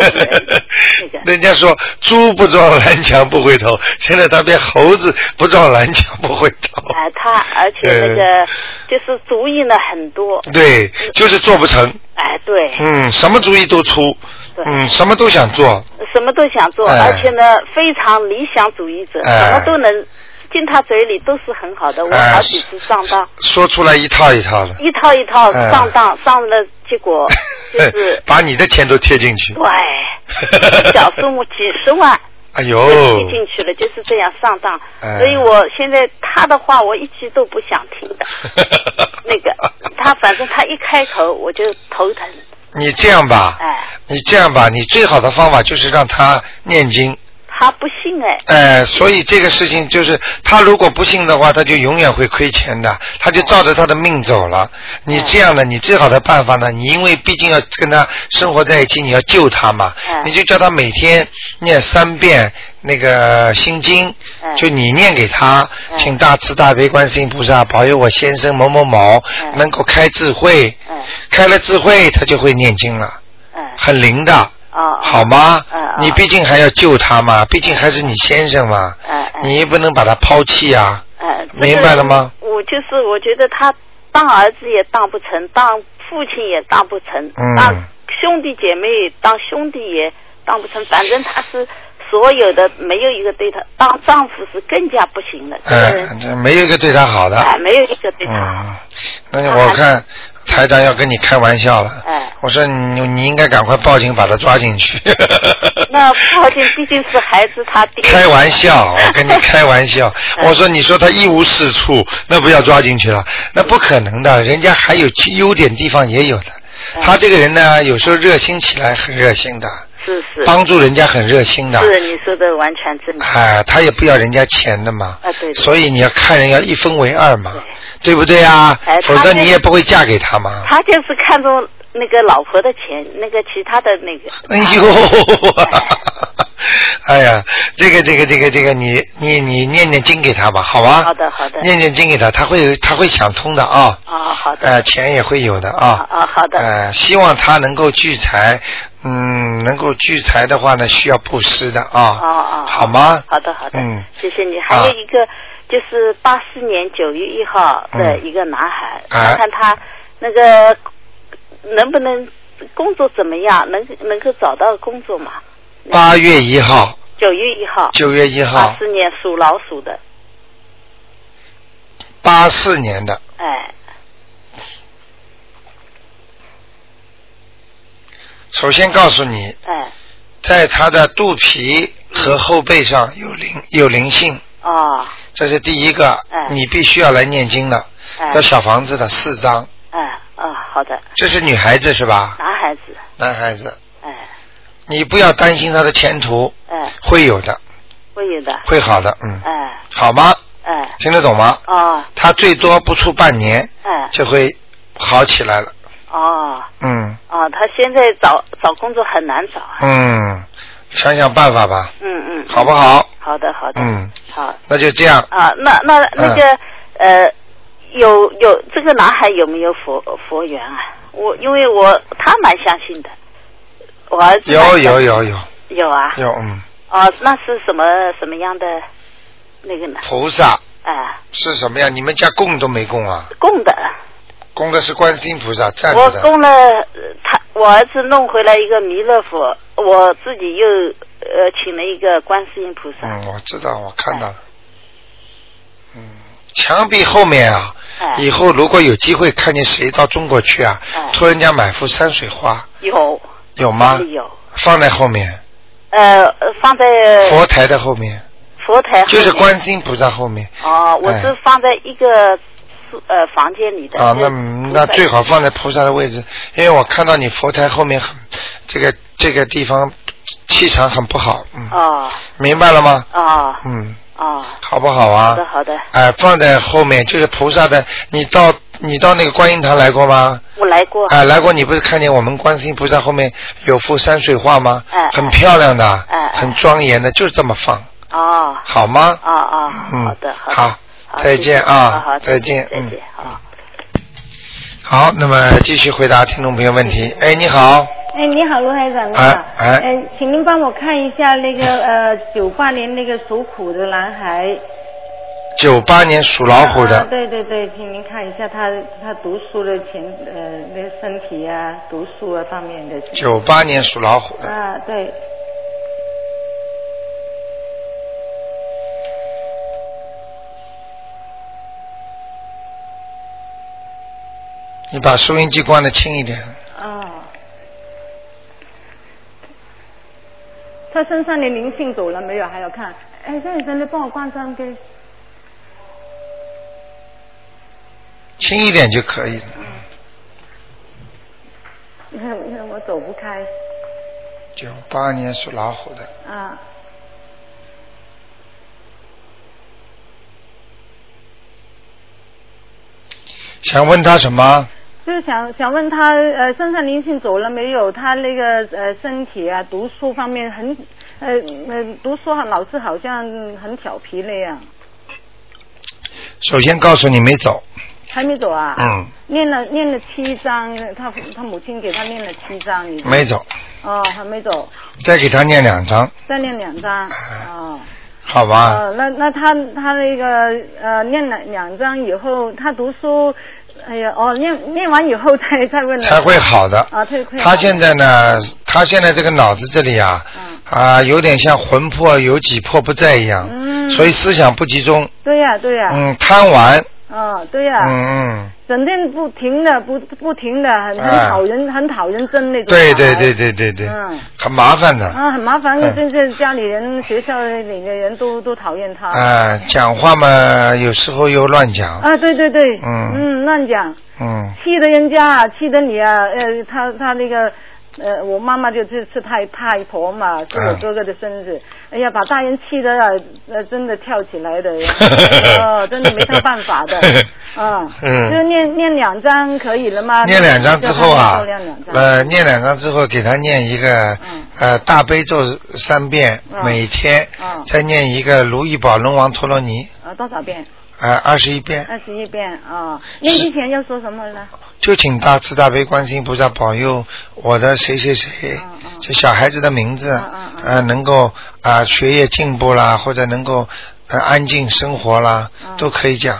S6: 这个人那个
S1: 人家说猪不撞南墙不回头，现在他变猴子不撞南墙不回头。
S6: 啊、他而且那个就是主意呢很多，
S1: 嗯对，就是做不成，
S6: 哎、对，
S1: 嗯，什么主意都出，
S6: 对
S1: 嗯，什么都想做，
S6: 什么都想做，
S1: 哎
S6: 而且呢非常理想主义者，
S1: 哎
S6: 什么都能进他嘴里都是很好的。我
S1: 哎
S6: 好几次上当，
S1: 说出来一套一套的，
S6: 一套一套
S1: 哎
S6: 上当，上了结 果就是
S1: 把你的钱都贴进去。
S6: 对，小数目几十万。
S1: 哎
S6: 就
S1: 呦，
S6: 踢进去了，就是这样上当。
S1: 哎
S6: 所以我现在他的话，我一句都不想听 的。那个他反正他一开口我就头疼，
S1: 你这样吧，
S6: 哎，
S1: 你这样吧，你最好的方法就是让他念经。
S6: 他不信哎，
S1: 呃，所以这个事情就是，他如果不信的话，他就永远会亏钱的，他就照着他的命走了。你
S6: 嗯
S1: 这样的，你最好的办法呢，你因为毕竟要跟他生活在一起，你要救他嘛，
S6: 嗯
S1: 你就叫他每天念三遍那个心经，
S6: 嗯
S1: 就你念给他，
S6: 嗯
S1: 请大慈大悲观世音菩萨保佑我先生某某某
S6: 嗯
S1: 能够开智慧，
S6: 嗯
S1: 开了智慧他就会念经了，
S6: 嗯，
S1: 很灵的。
S6: 哦，
S1: 好吗
S6: 嗯？嗯
S1: 你毕竟还要救他嘛，毕竟还是你先生嘛
S6: 嗯嗯，
S1: 你也不能把他抛弃啊。
S6: 呃，这个
S1: 明白了吗？
S6: 我就是我觉得他当儿子也当不成，当父亲也当不成，
S1: 嗯
S6: 当兄弟姐妹当兄弟也当不成，反正他是所有的没有一个对他当丈夫是更加不行了，这个人
S1: 嗯，这没有一个对他好的。
S6: 哎没有一个对他好。
S1: 嗯，那我看台长要跟你开玩笑了
S6: 哎。
S1: 我说你你应该赶快报警把他抓进去。
S6: 那父亲毕竟是孩子，他第一。
S1: 开玩笑，我跟你开玩笑
S6: 嗯
S1: 我说，你说他一无是处，那不要抓进去了，那不可能
S6: 嗯
S1: 的，人家还有其优点地方也有的。他这个人呢，有时候热心起来很热心的，
S6: 是是，
S1: 帮助人家很热心的，
S6: 是你说的完全正确。
S1: 哎，他也不要人家钱的嘛，
S6: 啊，对对。
S1: 所以你要看人要一分为二嘛，对不对啊
S6: 哎？
S1: 否
S6: 他
S1: 则
S6: 那
S1: 你
S6: 个
S1: 也不会嫁给他嘛。
S6: 他就是看中那个老婆的钱，那个其他的那个。
S1: 哎呦， 哎呀，这个这个这个这个，你你你念念经给他吧，好吧？
S6: 好的好的。
S1: 念念经给他，他会他会想通的啊。
S6: 啊，好的。
S1: 呃，钱也会有的啊。
S6: 啊，好的。
S1: 呃，希望他能够聚财，嗯，能够聚财的话呢，需要布施的
S6: 哦
S1: 啊，
S6: 哦。
S1: 好吗？
S6: 好的好的。
S1: 嗯，
S6: 谢谢你。还有一个就是八四年九月一号的
S1: 嗯
S6: 一个男孩，
S1: 啊
S6: 看看他那个能不能工作怎么样，能能够找到工作吗？
S1: 八月一号，
S6: 九月一号，
S1: 九月一
S6: 八
S1: 号，
S6: 四年属老鼠的，
S1: 八四年的，
S6: 哎，
S1: 首先告诉你，
S6: 哎，
S1: 在他的肚皮和后背上有灵有灵性。
S5: 啊
S6: 哦，
S1: 这是第一个，
S6: 哎
S1: 你必须要来念经的，
S6: 哎
S1: 要，小房子的四张。
S6: 哎，啊，好的，
S1: 这是女孩子是吧？
S6: 男孩子，
S1: 男孩子，
S6: 哎，
S1: 你不要担心他的前途，
S6: 哎，
S1: 会有的，
S6: 会有的，
S1: 会好的，嗯，
S6: 哎，
S1: 好吗？
S6: 哎，
S1: 听得懂吗？
S6: 哦，
S1: 他最多不出半年
S6: 哎，
S1: 就会好起来了，
S6: 哦，
S1: 嗯
S6: 哦，他现在找找工作很难找啊，
S1: 嗯，想想办法吧，
S6: 嗯嗯，
S1: 好不好？
S6: 好的好的，
S1: 嗯，
S6: 好
S1: 那就这样，嗯
S6: 啊，那那那个呃，有有这个男孩有没有佛佛缘啊？我因为我他蛮相信的，我儿子蛮
S1: 有
S6: 相信
S1: 有有有
S6: 有啊，
S1: 有，嗯，
S6: 哦，那是什么什么样的那个呢？
S1: 菩萨
S6: 啊，
S1: 是什么呀？你们家供都没供啊？
S6: 供的，
S1: 供的是观世音菩萨站
S6: 我
S1: 着的，
S6: 供了呃他，我儿子弄回来一个弥勒佛，我自己又呃请了一个观世音菩萨，
S1: 嗯，我知道，我看到了。嗯，墙壁后面啊，
S6: 哎，
S1: 以后如果有机会看见谁到中国去啊，
S6: 哎
S1: 托人家买幅山水画，
S6: 有
S1: 有
S6: 家
S1: 吗？
S6: 里有，
S1: 放在后面，
S6: 呃呃放在
S1: 佛台的后面，
S6: 佛台后面
S1: 就是观世音菩萨后面
S6: 哦，我
S1: 哎
S6: 是放在一个宿呃房间里的
S1: 啊。那
S6: 就菩
S1: 那
S6: 萨
S1: 最好放在菩萨的位置，因为我看到你佛台后面很这个这个地方气场很不好，嗯，
S6: 哦
S1: 明白了吗？
S6: 哦
S1: 嗯，
S6: 哦，
S1: 好不好啊？
S6: 好的好的，
S1: 哎、放在后面就是菩萨的。你到你到那个观音堂来过吗？
S6: 我来过，
S1: 哎、来过。你不是看见我们观世音菩萨后面有幅山水画吗？
S6: 哎
S1: 很漂亮的，
S6: 哎哎
S1: 很庄严的，就这么放，
S6: 哦
S1: 好吗？
S6: 哦哦，
S1: 嗯，
S6: 好的的，
S1: 好，
S6: 好
S1: 再
S6: 谢谢
S1: 见啊
S6: 好好
S1: 再见
S6: 再
S1: 嗯
S6: 见，好。
S1: 好，那么继续回答听众朋友问题。哎，你好，
S7: 哎，你好，卢台长，你好。
S1: 哎哎
S7: 嗯，请您帮我看一下那 个呃，九八年那个属虎的男孩。
S1: 九八年属老虎
S7: 啊
S1: 的，
S7: 对对对，请您看一下他他读书的前呃那身体啊，读书啊方面的情
S1: 九八年属老虎的，
S7: 啊，对，
S1: 你把收音机关的轻一点。
S7: 哦。他身上的灵性走了没有？还要看。哎，张医生，你帮我关上给。
S1: 轻一点就可以了。
S7: 你看，你看我走不开
S1: 九八年属老虎的，
S7: 啊。
S1: 想问他什么？
S7: 就是想想问他，呃，身上灵性走了没有？他那个呃身体啊，读书方面很，呃呃，读书好老是好像很调皮那样，
S1: 首先告诉你没走，
S7: 还没走啊？
S1: 嗯，
S7: 念了念了七章，他他母亲给他念了七章，已经
S1: 没。走，
S7: 哦，还没走，
S1: 再给他念两张，
S7: 再念两章。
S1: 哎
S7: 哦。
S1: 好吧？
S7: 哦，那那他他那个呃念了两章以后，他读书，哎呀，哦念念完以后再再问了。
S1: 才会好的。
S7: 啊，退退。
S1: 他现在呢，他现在这个脑子这里啊，
S7: 嗯
S1: 啊，有点像魂魄有几魄不在一样，
S7: 嗯
S1: 所以思想不集中，
S7: 对呀、对呀、
S1: 嗯，贪玩，
S7: 哦，对呀、
S1: 嗯嗯，
S7: 整天不停的不不停的，很
S1: 哎
S7: 很讨人、很讨人憎那种。啊
S1: 对对对。对对对，
S7: 嗯
S1: 很麻烦的，
S7: 啊，很麻烦，
S1: 嗯
S7: 现在家里人、学校里的人都都讨厌他。
S1: 啊，讲话嘛，有时候又乱讲，
S7: 啊，对对对。
S1: 嗯
S7: 嗯，乱讲，
S1: 嗯，
S7: 气得人家啊，气得你啊，呃，他他那个呃，我妈妈就是是太太婆嘛，
S1: 啊
S7: 是我哥哥的孙子。哎呀，把大人气的啊，呃，真的跳起 来的，哦，真的没啥办法的，嗯，
S1: 嗯
S7: 就是念念两张可以了吗？
S1: 念两张之后啊
S7: 就念两，张
S1: 呃，念两张之后给他念一个呃大悲咒三遍，
S7: 嗯
S1: 每天
S7: 嗯
S1: 再念一个如意宝龙王陀罗尼，
S7: 呃，多少遍？
S1: 呃，二十一遍，
S7: 二十一遍啊。念之前要说什么呢？
S1: 就请大慈大悲观世音菩萨保佑我的谁谁谁，
S7: 嗯
S1: 这小孩子的名字，呃，能够啊、学业进步啦，或者能够呃安静生活啦，
S7: 嗯
S1: 都可以讲，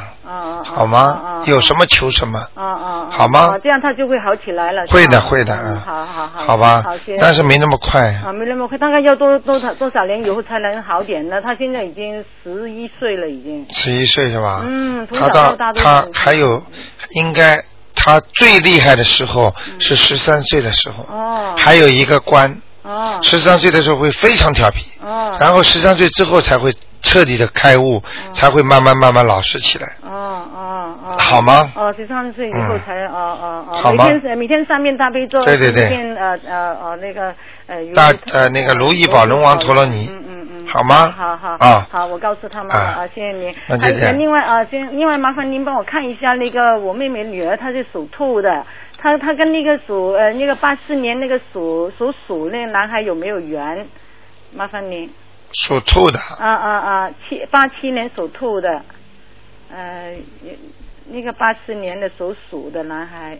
S1: 好吗？有什么求什么，
S7: 哦哦，哦
S1: 好吗
S7: 哦这样他就会好起来了。
S1: 会
S7: 是
S1: 的
S7: 吧
S1: 会的
S7: 嗯
S1: 嗯
S7: 好好好，
S1: 好吧
S7: 好，谢谢
S1: 但是没那么快。
S7: 啊，没那么快，大概要多多少多少年以后才能好点呢？他现在已经十一岁了，已经。
S1: 十一岁是吧？
S7: 嗯从
S1: 他
S7: 小
S1: 到
S7: 到大都
S1: 他
S7: 很
S1: 还有，应该他最厉害的时候是十三岁的时候，
S7: 嗯哦
S1: 还有一个关，
S7: 哦
S1: 十三岁的时候会非常调皮，
S7: 哦
S1: 然后十三岁之后才会彻底的开悟，才会慢慢慢慢老实起来，
S7: 哦哦哦。
S1: 好吗
S7: 哦，十三岁以后
S1: 嗯
S7: 才哦哦哦，
S1: 好
S7: 每
S1: 吗
S7: 天呃每天三遍大悲咒，
S1: 对对对
S7: 一遍呃呃呃那个呃。有
S1: 大呃那个如意宝龙王陀罗尼
S7: 嗯嗯嗯。
S1: 好吗
S7: 好好
S1: 啊
S7: 好，我告诉他们了
S1: 啊
S7: 啊，谢谢您。
S1: 那就
S7: 还
S1: 这样
S7: 有另外啊，先另外麻烦您帮我看一下那个我妹妹女儿，她是属兔的，她她跟那个属呃那个八四年那个属属鼠那个男孩有没有缘？麻烦您。
S1: 属兔的，
S7: 啊啊啊，七八七年属兔的，呃，那个八四年的属鼠的男孩，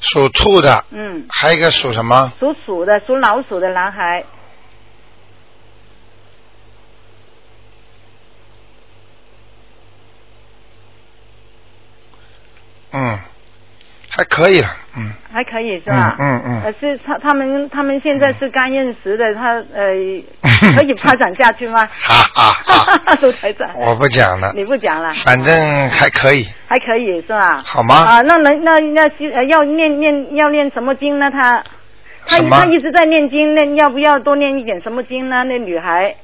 S1: 属兔的，
S7: 嗯，
S1: 还有一个属什么？
S7: 属鼠的属老鼠的男孩，
S1: 嗯，还可以了，嗯
S7: 还可以是
S1: 嗯
S7: 吧？
S1: 嗯嗯，
S7: 呃，是他他们他们现在是刚认识的，他 呃可以发展下去吗？
S1: 哈哈哈，
S7: 卢台长，
S1: 我不讲了，
S7: 你不讲了，
S1: 反正还可以，
S7: 还可以是吧？
S1: 好吗？
S7: 啊，那能那那呃要念念要念什么经呢？他他
S1: 什么
S7: 他一直在念经，那要不要多念一点什么经呢？那女孩，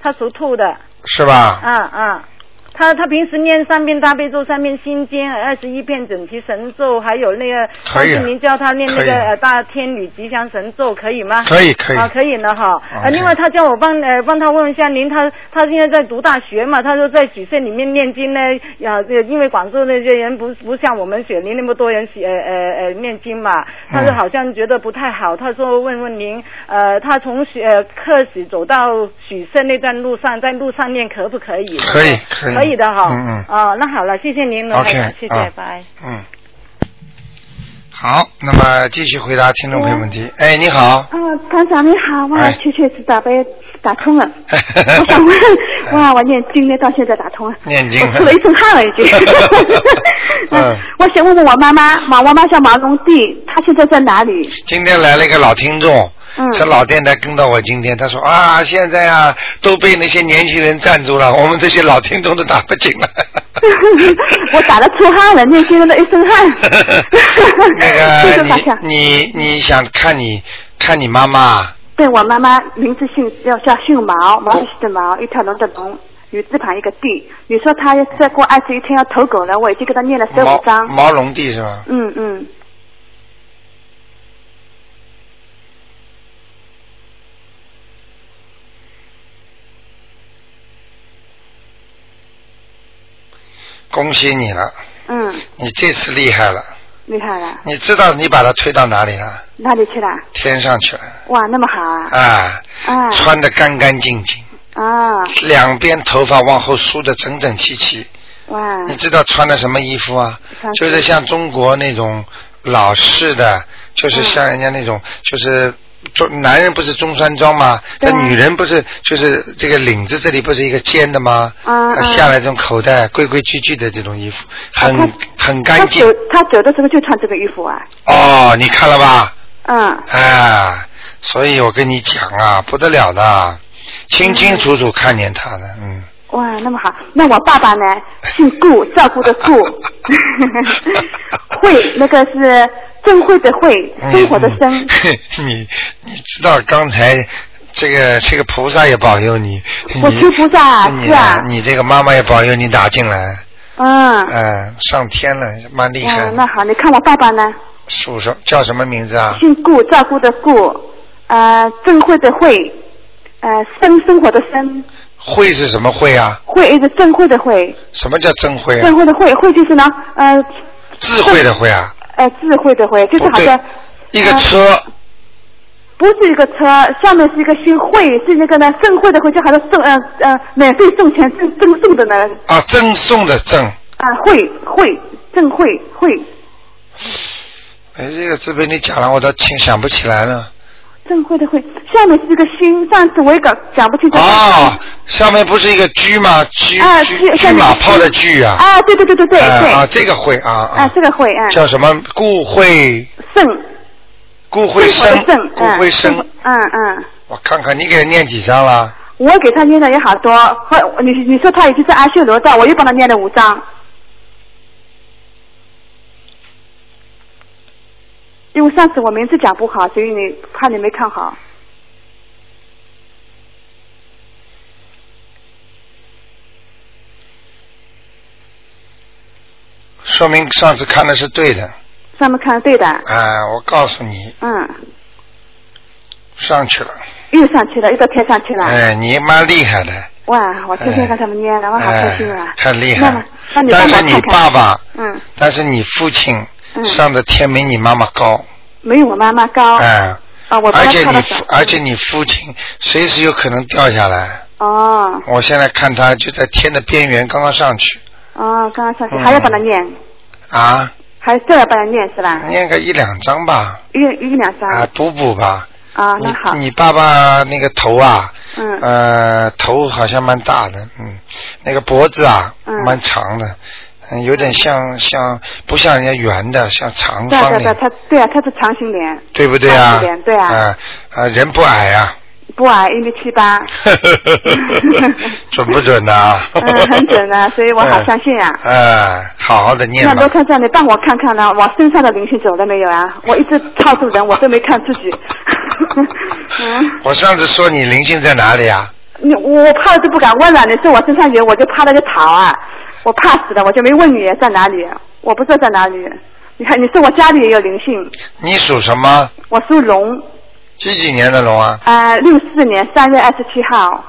S7: 她属兔的，
S1: 是吧？
S7: 啊啊，她她平时念三遍大悲咒，三遍心经，二十一遍准提神咒，还有那个
S1: 可以了啊
S7: 您教她念那
S1: 可以
S7: 个
S1: 了
S7: 呃大天女吉祥神咒，可以吗？
S1: 可以可以
S7: 啊，可以呢哈。呃
S1: OK
S7: 另外他叫我帮呃帮他问一下您，他他现在在读大学嘛，他说在举县里面念经呢，呀、呃，因为广州那些人不不像我们雪梨那么多人喜呃呃呃念经嘛，他
S1: 嗯
S7: 说好像觉得不太好，他说问问您，呃，他从雪呃克许走到许县那段路上，在路上念可不可以？
S1: 可以可以
S7: 可以的哈。
S1: 嗯嗯
S7: 哦，那好了，谢谢您，罗台长
S1: OK，
S7: 谢谢，
S1: 啊
S7: 拜。
S1: 嗯，好，那么继续回答听众朋友问
S8: 嗯
S1: 题。哎，你好，
S8: 哦，团长你好，哇，
S1: 哎
S8: 确确实打被打通了。我想问，哇，我念经念到现在打通了，
S1: 念哎经。
S8: 我出了一身汗了已经嗯
S1: 嗯
S8: 我想问问我妈妈，马我妈叫马龙娣，她现在在哪里？
S1: 今天来了一个老听众，
S8: 嗯
S1: 这老电台跟到我今天，他说啊，现在啊都被那些年轻人占住了，我们这些老听众都打不进来。。
S8: 我打得出汗了，念经念到一身汗
S1: 那
S8: 谢 谢
S1: 个
S8: 大家。
S1: 你你你想看你看你妈妈，
S8: 对我妈妈名字姓要叫姓毛，毛主席的毛，一条龙的龙，女字旁一个地。你说她要再过二十一天要投狗了，我已经给她念了十
S1: 毛
S8: 五章。
S1: 毛龙弟是吧？
S8: 嗯嗯，
S1: 恭喜你了，
S8: 嗯，
S1: 你这次厉害了，
S8: 厉害了，
S1: 你知道你把他推到哪里了？
S8: 哪里去了？
S1: 天上去了
S8: 哇，那么好啊！
S1: 啊！
S8: 啊
S1: 穿的干干净净，
S8: 啊，
S1: 两边头发往后梳的整整齐齐。
S8: 哇，
S1: 你知道穿的什么衣服啊？
S8: 穿
S1: 就是像中国那种老式的，
S8: 啊
S1: 就是像人家那种，就是中男人不是中山装吗？
S8: 对
S1: 那
S8: 啊
S1: 女人不是就是这个领子这里不是一个尖的吗？
S8: 嗯嗯
S1: 下来这种口袋规规矩矩的这种衣服，很
S8: 啊
S1: 很
S8: 他
S1: 干净
S8: 走他走的时候就穿这个衣服啊。
S1: 哦，你看了吧？
S8: 嗯，
S1: 啊，所以我跟你讲啊，不得了的，清清楚楚看见他的，嗯。
S8: 哇，那么好。那我爸爸呢？姓顾，照顾的 顾，慧那个是珍慧的慧，生活的生。
S1: 嗯你你知道刚才这个这个菩萨也保佑你，
S8: 我
S1: 你
S8: 求菩萨
S1: 你
S8: 是啊
S1: 你这个妈妈也保佑你打进来，
S8: 嗯，
S1: 哎，上天了，蛮厉害
S8: 哦，
S1: 的。
S8: 那好，你看我爸爸呢？
S1: 属什叫什么名字啊？
S8: 姓顾，照顾的顾，呃，正会的会，呃，生生活的生，
S1: 慧是什么慧啊？
S8: 会一个正会的会，
S1: 什么叫真慧啊
S8: 正？会的会，会就是呢，呃，
S1: 智慧的慧啊？
S8: 呃，智慧的慧，就是
S1: 不
S8: 好
S1: 哦对
S8: 像呃
S1: 一个车，
S8: 不是一个车，下面是一个姓惠，是那个呢赠惠的惠，就好像送呃呃免费送钱赠赠送的呢
S1: 啊，赠送的赠。
S8: 啊惠惠赠惠惠
S1: 哎，这个字被你讲了，我都听想不起来了。
S8: 赠惠的惠，下面是一个心，上次我也搞讲不清楚。
S1: 哦，上面不是一个车吗？车
S8: 啊
S1: 车
S8: 车
S1: 车
S8: 下面
S1: 马
S8: 是
S1: 炮的车啊。
S8: 啊，对对对对对
S1: 哎
S8: 对，
S1: 啊，这个会啊
S8: 啊
S1: 啊，
S8: 这个惠啊
S1: 叫什么？顾慧，
S8: 圣
S1: 顾慧
S8: 圣火
S1: 生
S8: 的圣，，
S1: 顾慧生。
S8: 嗯嗯，
S1: 我看看，你给他念几张了？
S8: 我给他念了也好多，后你你说他已经在阿修罗道，我又帮他念了五张。因为上次我名字讲不好，所以你怕你没看好。
S1: 说明上次看的是对的。
S8: 上面看得对的，
S1: 啊，我告诉你，
S8: 嗯，
S1: 上去了。
S8: 又上去了，又到天上去了。
S1: 哎，你蛮厉害的。
S8: 哇，我天天跟他们念了，我好开心啊
S1: 哎！太厉
S8: 那
S1: 害
S8: 么
S1: 了，
S8: 那你
S1: 但
S8: 帮
S1: 是
S8: 忙
S1: 你
S8: 看看
S1: 爸爸，
S8: 嗯，
S1: 但是你父亲
S8: 嗯
S1: 上的天没你妈妈高，
S8: 没有我妈妈高。
S1: 哎，
S8: 啊，我帮
S1: 而
S8: 他
S1: 且
S8: 看
S1: 你
S8: 了手
S1: 父，而且你父亲随时有可能掉下来。
S8: 哦
S1: 我现在看他就在天的边缘，刚刚上去
S8: 哦，刚刚上去
S1: 嗯
S8: 还要帮他念，
S1: 啊，
S8: 还这要帮他念是吧？
S1: 念个一两张吧，
S8: 一一两张
S1: 啊，补补吧。
S8: 啊，那好
S1: 你，你爸爸那个头啊，
S8: 嗯
S1: 呃，头好像蛮大的，嗯，那个脖子啊，
S8: 嗯
S1: 蛮长的，嗯，有点像像不像人家圆的，像长
S8: 对啊
S1: 方
S8: 对啊对啊，
S1: 脸，
S8: 他对啊，他是长形脸，
S1: 对不对啊
S8: 长一点？对啊
S1: 啊、啊人不矮啊，
S8: 不矮一米七八，
S1: 准不准呐、
S8: 嗯，很准啊，所以我好相信 啊。
S1: 哎、好好的念
S8: 那罗
S1: 吧。
S8: 先生，你帮我看看呢、我身上的灵性走了没有啊？我一直套住人，我都没看自己。 嗯，
S1: 我上次说你灵性在哪里啊？
S8: 你我怕了都不敢问了。你说我身上有，我就趴了就逃啊！我怕死了，我就没问你在哪里，我不知道在哪里。你看，你说我家里也有灵性，
S1: 你属什么？
S8: 我属龙，
S1: 几几年的龙啊？
S8: 啊，六四年三月二十七号，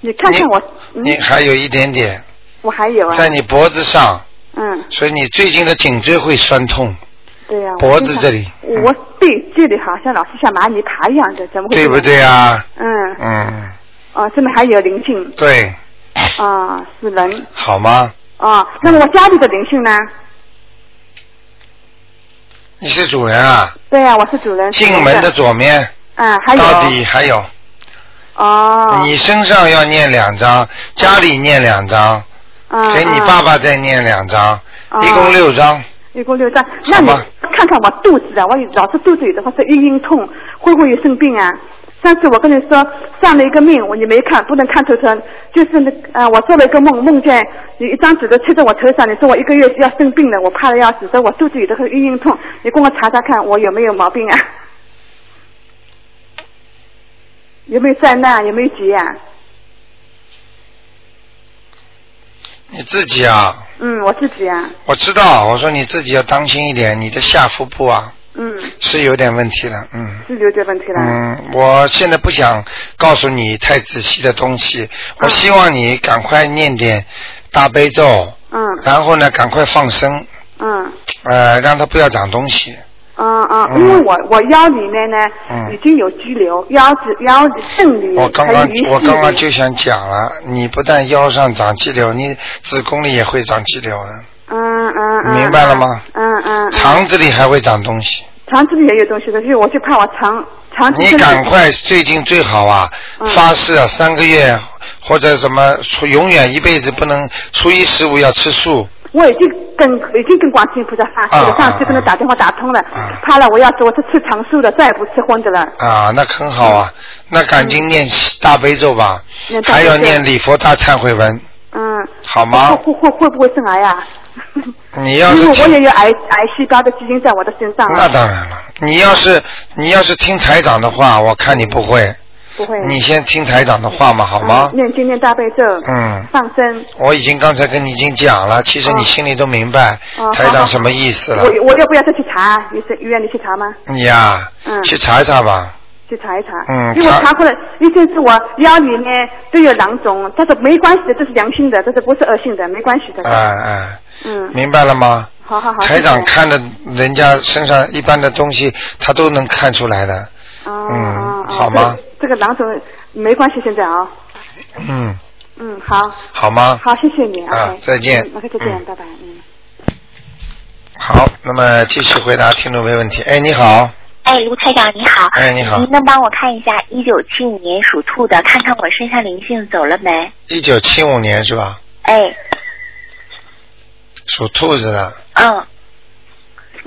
S8: 你看看我，嗯
S1: 你，还有一点点，
S8: 我还有啊，
S1: 在你脖子上，
S8: 嗯，
S1: 所以你最近的颈椎会酸痛，
S8: 对呀、我
S1: 脖子
S8: 经常
S1: 这里嗯
S8: 我对这里好像老是像蚂蚁爬一样的，怎么会？
S1: 对不？对啊？
S8: 嗯，
S1: 嗯，
S8: 哦，这边还有灵 性
S1: 对，
S8: 啊、哦是人
S1: 好吗？
S8: 啊、哦那么我家里的灵性呢？
S1: 你是主人啊？
S8: 对呀、我是主人。
S1: 进门的
S8: 是
S1: 左面，
S8: 嗯，还有
S1: 到底还有，
S8: 哦，
S1: 你身上要念两张，家里念两张，
S8: 嗯
S1: 给你
S8: 嗯
S1: 爸爸再念两张，
S8: 嗯
S1: 一共六张。
S8: 一共六张，那你
S1: 好吧
S8: 看看我肚子啊，我老是肚子有的话是一晕痛，会不会有生病啊？上次我跟你说算了一个命，我你没看，不能看头疼，就是那呃，我做了一个梦，梦见有一张纸都贴在我头上，你说我一个月要生病了，我怕的要死，说我肚子有的会晕晕痛，你给我查查看我有没有毛病啊？有没有灾难？有没有劫啊？
S1: 你自己啊，
S8: 嗯，我自己啊，
S1: 我知道，我说你自己要当心一点，你的下腹部啊
S8: 嗯，
S1: 是有点问题了，嗯。
S8: 是有这问题了。
S1: 嗯，我现在不想告诉你太仔细的东西，
S8: 啊
S1: 我希望你赶快念点大悲咒，
S8: 嗯
S1: 然后呢，赶快放生，
S8: 嗯
S1: 呃，让它不要长东西。
S8: 嗯
S1: 嗯
S8: 嗯，因为我我腰里面呢、
S1: 嗯
S8: 已经有肌瘤，腰子腰子正里
S1: 我刚
S8: 嗯
S1: 刚
S8: 还有鱼
S1: 我刚刚
S8: 刺
S1: 就想讲了，你不但腰上长肌瘤，你子宫里也会长肌瘤的，
S8: 嗯嗯嗯，
S1: 明白了吗
S8: 嗯嗯，嗯
S1: 肠子里还会长东西。
S8: 肠子里也有东西的，所以我就怕我肠肠子
S1: 你
S8: 真的
S1: 赶快，最近最好啊，
S8: 嗯
S1: 发誓啊，三个月或者什么，出永远一辈子不能初一十五要吃素。
S8: 我已经跟已经跟观世音菩萨发誓了，
S1: 啊
S8: 上次跟他打电话打通了，
S1: 啊
S8: 怕了我要是我是吃长素的，再也不吃荤的了。
S1: 啊，那很
S8: 嗯
S1: 好啊，那赶紧念大悲咒吧
S8: 念，大悲
S1: 还
S8: 咒
S1: 要念礼佛大忏悔文，
S8: 嗯，
S1: 好吗？
S8: 会会会不会生癌啊？
S1: 你要
S8: 因
S1: 是
S8: 为嗯我
S1: 听
S8: 也有癌癌细胞的基因在我的身上啊。
S1: 那当然了，你要是你要是听台长的话，我看你不会，
S8: 不会。
S1: 你先听台长的话嘛，好吗？
S8: 念经念大悲咒，
S1: 嗯，
S8: 放生。
S1: 我已经刚才跟你已经讲了，其实你心里都明白
S8: 哦
S1: 台长什么意思了。
S8: 我我要不要再去查？你是医院里去查吗？
S1: 你呀
S8: 嗯，
S1: 去查一查吧。
S8: 去查一查。
S1: 嗯
S8: 因为我
S1: 查
S8: 查过了，医生是我腰里呢都有囊肿，但是没关系的，这是良性的，这是不是恶性的，没关系的。
S1: 哎哎，
S8: 嗯，
S1: 明白了吗？
S8: 好好好。
S1: 台长
S8: 谢谢。
S1: 看的人家身上一般的东西，他都能看出来的。
S8: 哦
S1: 嗯
S8: 哦，
S1: 好吗？
S8: 这个这个囊肿没关系，现在啊。
S1: 嗯，
S8: 嗯，好，
S1: 好吗？
S8: 好，谢谢你。
S1: 啊
S8: OK
S1: 再见
S8: 嗯 OK，再见
S1: 嗯，
S8: 拜拜。嗯。
S1: 好，那么继续回答听众朋友问题。哎，你好，
S9: 哎，卢台长你好。
S1: 哎你好
S9: 您能帮我看一下一九七五年属兔的，看看我身上灵性走了没？
S1: 一九七五年是吧？
S9: 哎，
S1: 属兔子的，
S9: 嗯。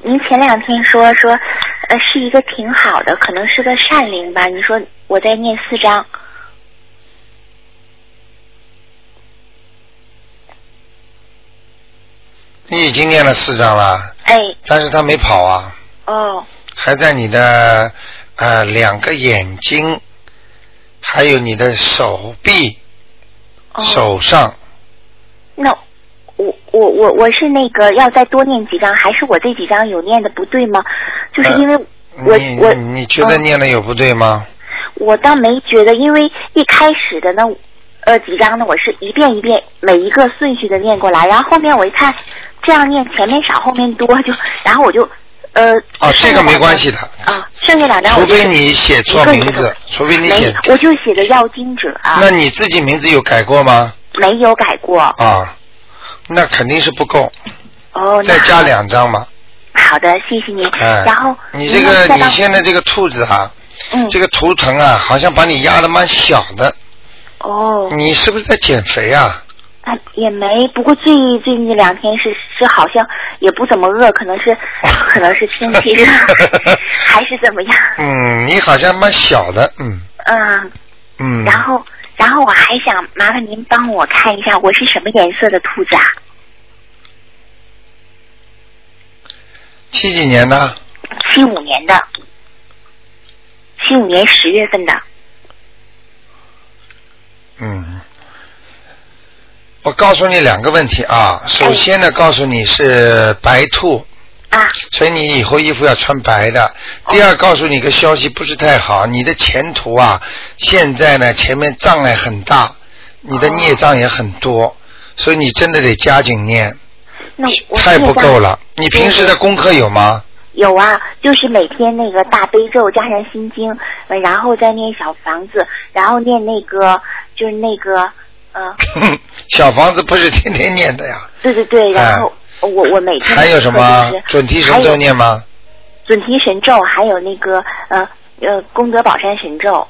S9: 您前两天说说，呃，是一个挺好的，可能是个善灵吧。你说我在念四章，
S1: 你已经念了四张了，
S9: 哎，
S1: 但是他没跑啊，
S9: 哦，
S1: 还在你的呃两个眼睛，还有你的手臂、
S9: 哦
S1: 手上，
S9: 那我我我我是那个要再多念几张，还是我这几张有念的不对吗？就是因为我、
S1: 呃你
S9: 我
S1: 你你觉得
S8: 哦
S9: 嗯
S1: 念的有不对吗？
S9: 我倒没觉得，因为一开始的呢，呃，几张呢，我是一遍一遍每一个顺序的念过来，然后后面我一看，这样念前面少后面多，就然后我就呃
S1: 哦，这个没关系的，
S9: 啊，剩下两张
S1: 除
S9: 我就
S1: 非你写错名
S9: 一个一
S1: 字
S9: 个，
S1: 除非你
S9: 没
S1: 写，，
S9: 我就写的要经者啊，
S1: 那你自己名字有改过吗？
S9: 没有改过
S1: 啊，那肯定是不够，
S9: 哦，那
S1: 再加两张嘛。
S9: 好的，谢谢您。
S1: 哎，
S9: 然后
S1: 你
S9: 您
S1: 这个
S9: 能再
S1: 你
S9: 帮
S1: 现在这个兔子啊，
S9: 嗯
S1: 这个图腾啊，好像把你压的蛮小的，
S9: 哦，
S1: 你是不是在减肥啊？
S9: 啊也没，不过最最近这两天是是好像也不怎么饿，可能 是可能是天气热，还是怎么样？
S1: 嗯，你好像蛮小的，嗯
S9: 嗯，
S1: 嗯。
S9: 然后，然后我还想麻烦您帮我看一下，我是什么颜色的兔子啊？
S1: 七几年的，
S9: 七五年的，七五年十月份的。
S1: 嗯。我告诉你两个问题啊，首先呢，告诉你是白兔，
S9: 哎啊，哦
S1: 所以你以后衣服要穿白的。第二，告诉你一个消息不是太好，你的前途啊，现在呢前面障碍很大，你
S9: 哦
S1: 的孽障也很多，所以你真的得加紧念，
S9: 那我
S1: 太不
S9: 现在
S1: 够了。你平时的功课有吗？
S9: 有啊，就是每天那个大悲咒加上心经，呃然后再念小房子，然后念那个就是那个，呃，
S1: 小房子不是天天念的呀，
S9: 对对对，然后我我每天
S1: 哎还有什么
S9: 就是
S1: 准提神咒念吗？
S9: 准提神咒，还有那个呃呃功德宝山神咒。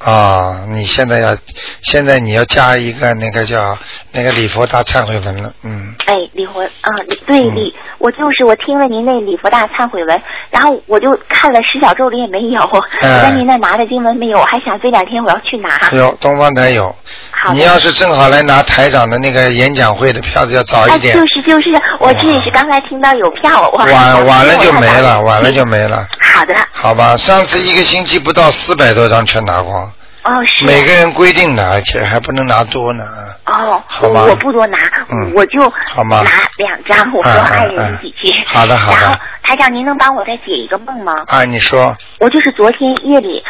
S1: 啊，你现在要，现在你要加一个那个叫那个礼佛大忏悔文了，嗯，
S9: 哎，李佛啊，对李，我就是我听了您那礼佛大忏悔文，然后我就看了十小咒里也没有，我
S1: 哎
S9: 在您那拿的经文没有，我还想这两天我要去拿。
S1: 有东方台有，
S9: 好的
S1: 你要是正好来拿台长的那个演讲会的票子要早
S9: 哎，
S1: 一点，
S9: 就是就是，我这也是刚才听到有票，我还
S1: 晚晚了就没了，晚了。
S9: 我还想
S1: 就没了，
S9: 好的，
S1: 好吧？上次一个星期不到四百多张全拿光，
S9: 哦是。
S1: 每个人规定的，而且还不能拿多呢，啊
S9: 哦，
S1: 好吧
S9: 我我不多拿，
S1: 嗯
S9: 我就
S1: 好吗
S9: 拿两张，我和哎
S1: 嗯嗯
S9: 爱人一起去。
S1: 嗯好的好的
S9: 然后台长，您能帮我再解一个梦吗？
S1: 啊，你说，
S9: 我就是昨天夜里。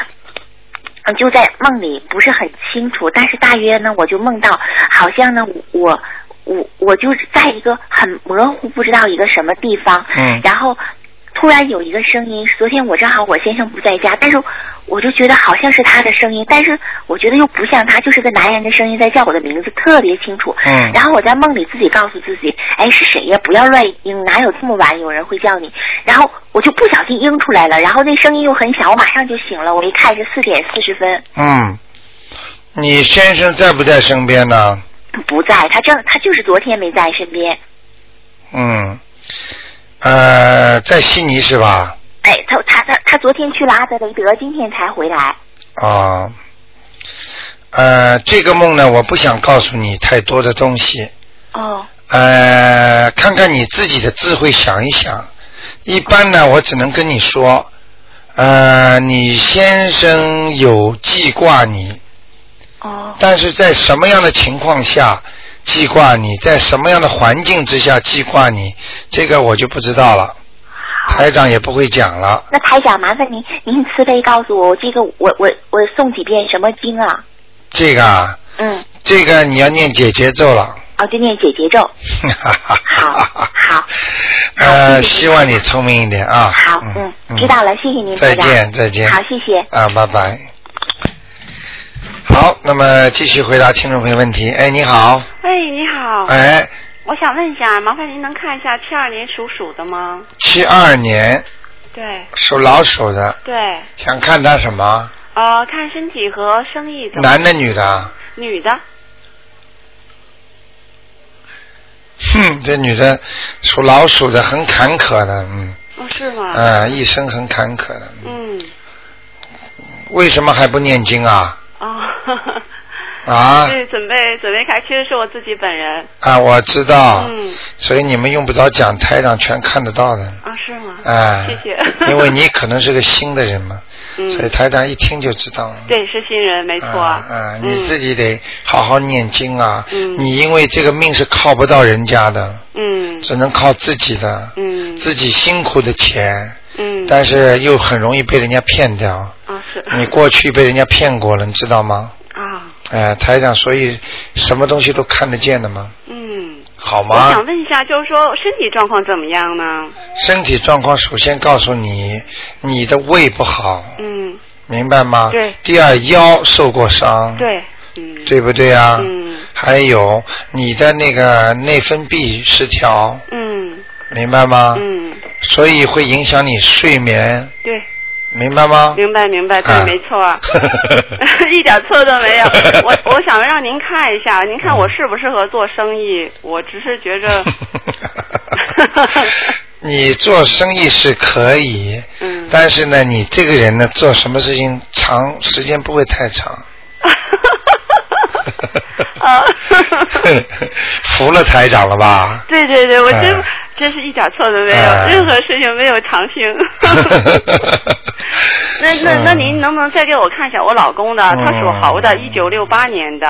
S9: 嗯就在梦里不是很清楚，但是大约呢，我就梦到好像呢，我我我就是在一个很模糊不知道一个什么地方，
S10: 嗯
S9: 然后突然有一个声音，昨天我正好我先生不在家，但是我就觉得好像是他的声音，但是我觉得又不像他，就是个男人的声音在叫我的名字，特别清楚。
S10: 嗯
S9: 然后我在梦里自己告诉自己，哎，是谁呀？不要乱应，哪有这么晚有人会叫你？然后我就不小心应出来了，然后那声音又很小，我马上就醒了。我一看是四点四十分，
S1: 嗯，你先生在不在身边呢？
S9: 不在，他正他就是昨天没在身边。
S1: 嗯，呃，在悉尼是吧？
S9: 哎，他他他他昨天去了阿德雷德，今天才回来。
S1: 啊，呃，这个梦呢，我不想告诉你太多的东西。
S9: 哦，
S1: 呃，看看你自己的智慧，想一想。一般呢，我只能跟你说，呃，你先生有记挂你，
S9: 哦，
S1: 但是在什么样的情况下记挂你，在什么样的环境之下记挂你，这个我就不知道了，台长也不会讲了。
S9: 那台长，麻烦您，您慈悲告诉我，我这个我我我诵几遍什么经啊？
S1: 这个啊，
S9: 嗯，
S1: 这个你要念解节奏了。
S9: 哦，就念解节咒。
S1: 好
S9: 好，
S1: 呃，希望你聪明一点啊。
S9: 好，嗯，知道了，谢谢您，
S1: 再
S9: 台长
S1: 见，再见。
S9: 好，谢谢。
S1: 啊，拜拜。好，那么继续回答听众朋友问题。哎，你好，
S10: 喂，你好。
S1: 哎，
S10: 我想问一下，麻烦您能看一下七二年属鼠的吗？
S1: 七二年
S10: 对
S1: 属老鼠的，
S10: 对，
S1: 想看他什么？
S10: 呃，看身体和生意
S9: 嗯
S10: 怎么。
S1: 男的，女的啊？
S10: 女的，
S1: 哼，这女的属老鼠的，很坎坷的，嗯，
S10: 哦，是吗？
S1: 啊，一生很坎坷的，
S10: 嗯，
S1: 为什么还不念经啊？
S10: 哦，
S1: 啊
S9: 嗯
S10: 对，准备准备看，其实是我自己本人。
S1: 啊，我知道，
S10: 嗯，
S1: 所以你们用不着讲，台长全看得到的。
S10: 啊，是吗？
S1: 哎，。
S10: 谢谢
S1: 因 为你可能是个新的人嘛，
S10: 嗯
S1: 所以台长一听就知道了。
S10: 对是新人，没错。
S1: 啊，啊你
S10: 嗯
S1: 自己得好好念经啊！
S10: 嗯
S1: 你因为这个命是靠不到人家的，
S10: 嗯
S1: 只能靠自己的，
S10: 嗯
S1: 自己辛苦的钱，
S10: 嗯。
S1: 但是又很容易被人家骗掉。
S10: 啊是。
S1: 你过去被人家骗过了，你知道吗？
S10: 啊
S1: 哎、台长，所以什么东西都看得见的嘛，
S10: 嗯。
S1: 好吗？
S10: 我想问一下，就是说身体状况怎么样呢？
S1: 身体状况首先告诉你，你的胃不好，
S10: 嗯，
S1: 明白吗？
S10: 对
S1: 第二，腰受过
S10: 嗯
S1: 伤，
S10: 对，
S1: 对不对啊？
S10: 嗯
S1: 还有你的那个内分泌失调，
S10: 嗯
S1: 明白吗？
S10: 嗯，
S1: 所以会影响你睡眠，
S10: 对，
S1: 明白吗？
S10: 明白明白，对，
S1: 啊
S10: 没错 儿， 一点错都没有。我我想让您看一下，您看我适不适合做生意？我只是觉 着，
S1: 你做生意是可以，
S10: 嗯，
S1: 但是呢，你这个人呢，做什么事情长时间不会太长。
S10: 啊，
S1: 服了台长了吧？
S10: 对对对，我真
S1: 哎
S10: 真是一点错都没有，
S1: 哎
S10: 任何事情没有长 性。那那那
S1: 嗯
S10: 您能不嗯能再给我看一下我老公的？他属猴的，一九六八年的。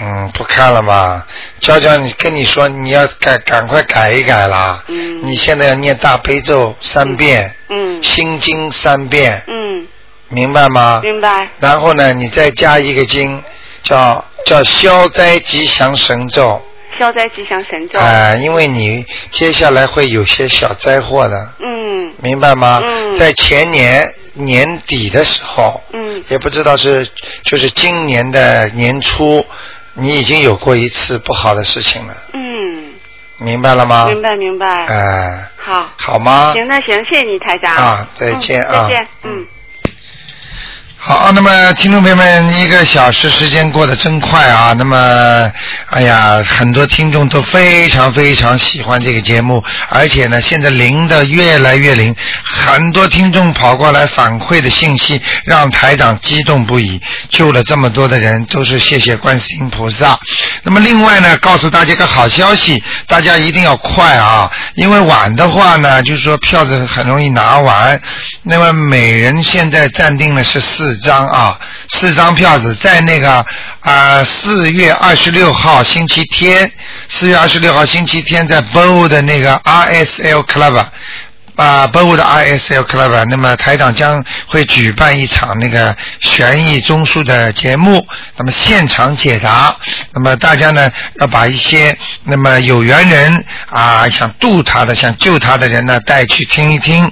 S1: 嗯，不看了嘛。娇娇，你跟你说，你要改，赶快改一改啦。
S10: 嗯。
S1: 你现在要念大悲咒三遍，
S10: 嗯
S1: 心经三遍，
S10: 嗯，
S1: 明白吗？
S10: 明白。
S1: 然后呢，你再加一个经，叫叫消灾吉祥神
S10: 哦
S1: 咒。
S10: 消灾吉祥神咒。
S1: 啊、因为你接下来会有些小灾祸的，
S10: 嗯
S1: 明白吗？
S10: 嗯
S1: 在前年年底的时候，
S10: 嗯
S1: 也不知道是就是今年的年初，你已经有过一次不好的事情了，
S10: 嗯，
S1: 明白了吗？
S10: 明。白明白。
S1: 啊哎、
S10: 好。
S1: 好吗？
S10: 行，那行，谢谢你台长。
S1: 啊再见
S10: 嗯
S1: 啊
S10: 再见，嗯。
S1: 好，那么听众朋友们，一个小时时间过得真快啊！那么，哎呀，很多听众都非常非常喜欢这个节目，而且呢，现在灵的越来越灵，很多听众跑过来反馈的信息，让台长激动不已，救了这么多的人，都是谢谢观世音菩萨。那么另外呢，告诉大家一个好消息，大家一定要快啊，因为晚的话呢，就是说票子很容易拿完。那么每人现在暂定的是四张啊，四张票子在那个啊四、月二十六号星期天，四月二十六号星期天在 BO 的那个 RSL Club。啊，北舞的 ISL Club，那啊么台长将会举办一场那个悬疑综述的节目，那么现场解答，那么大家呢要把一些那么有缘人啊想渡他的、想救他的人呢带去听一听，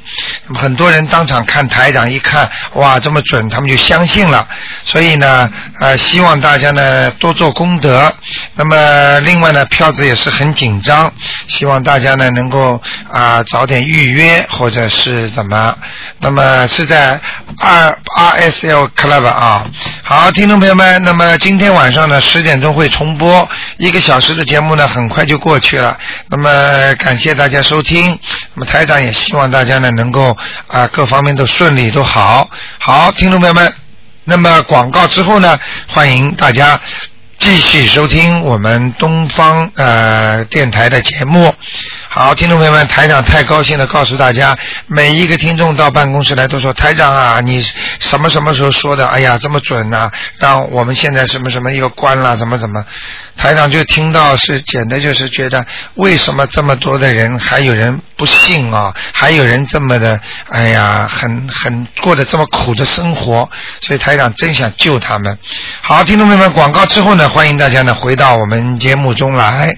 S1: 那么很多人当场看台长一看，哇，这么准，他们就相信了，所以呢，呃，希望大家呢多做功德，那么呃另外呢票子也是很紧张，希望大家呢能够啊、早点预约或者是怎么，那么是在二 RSL Club 啊。好，听众朋友们，那么今天晚上呢十点钟会重播一个小时的节目呢，很快就过去了。那么感谢大家收听，那么台长也希望大家呢能够啊、各方面都顺利都好。好，听众朋友们。那么广告之后呢，欢迎大家继续收听我们东方呃电台的节目。好，听众朋友们，台长太高兴的告诉大家，每一个听众到办公室来都说：“台长啊，你什么什么时候说的？哎呀，这么准呐、让我们现在什么什么又关了，怎么怎么。”台长就听到是，简直就是觉得，为什么这么多的人还有人不信啊？还有人这么的，哎呀，很很过得这么苦的生活，所以台长真想救他们。好，听众朋友们，广告之后呢，欢迎大家呢回到我们节目中来。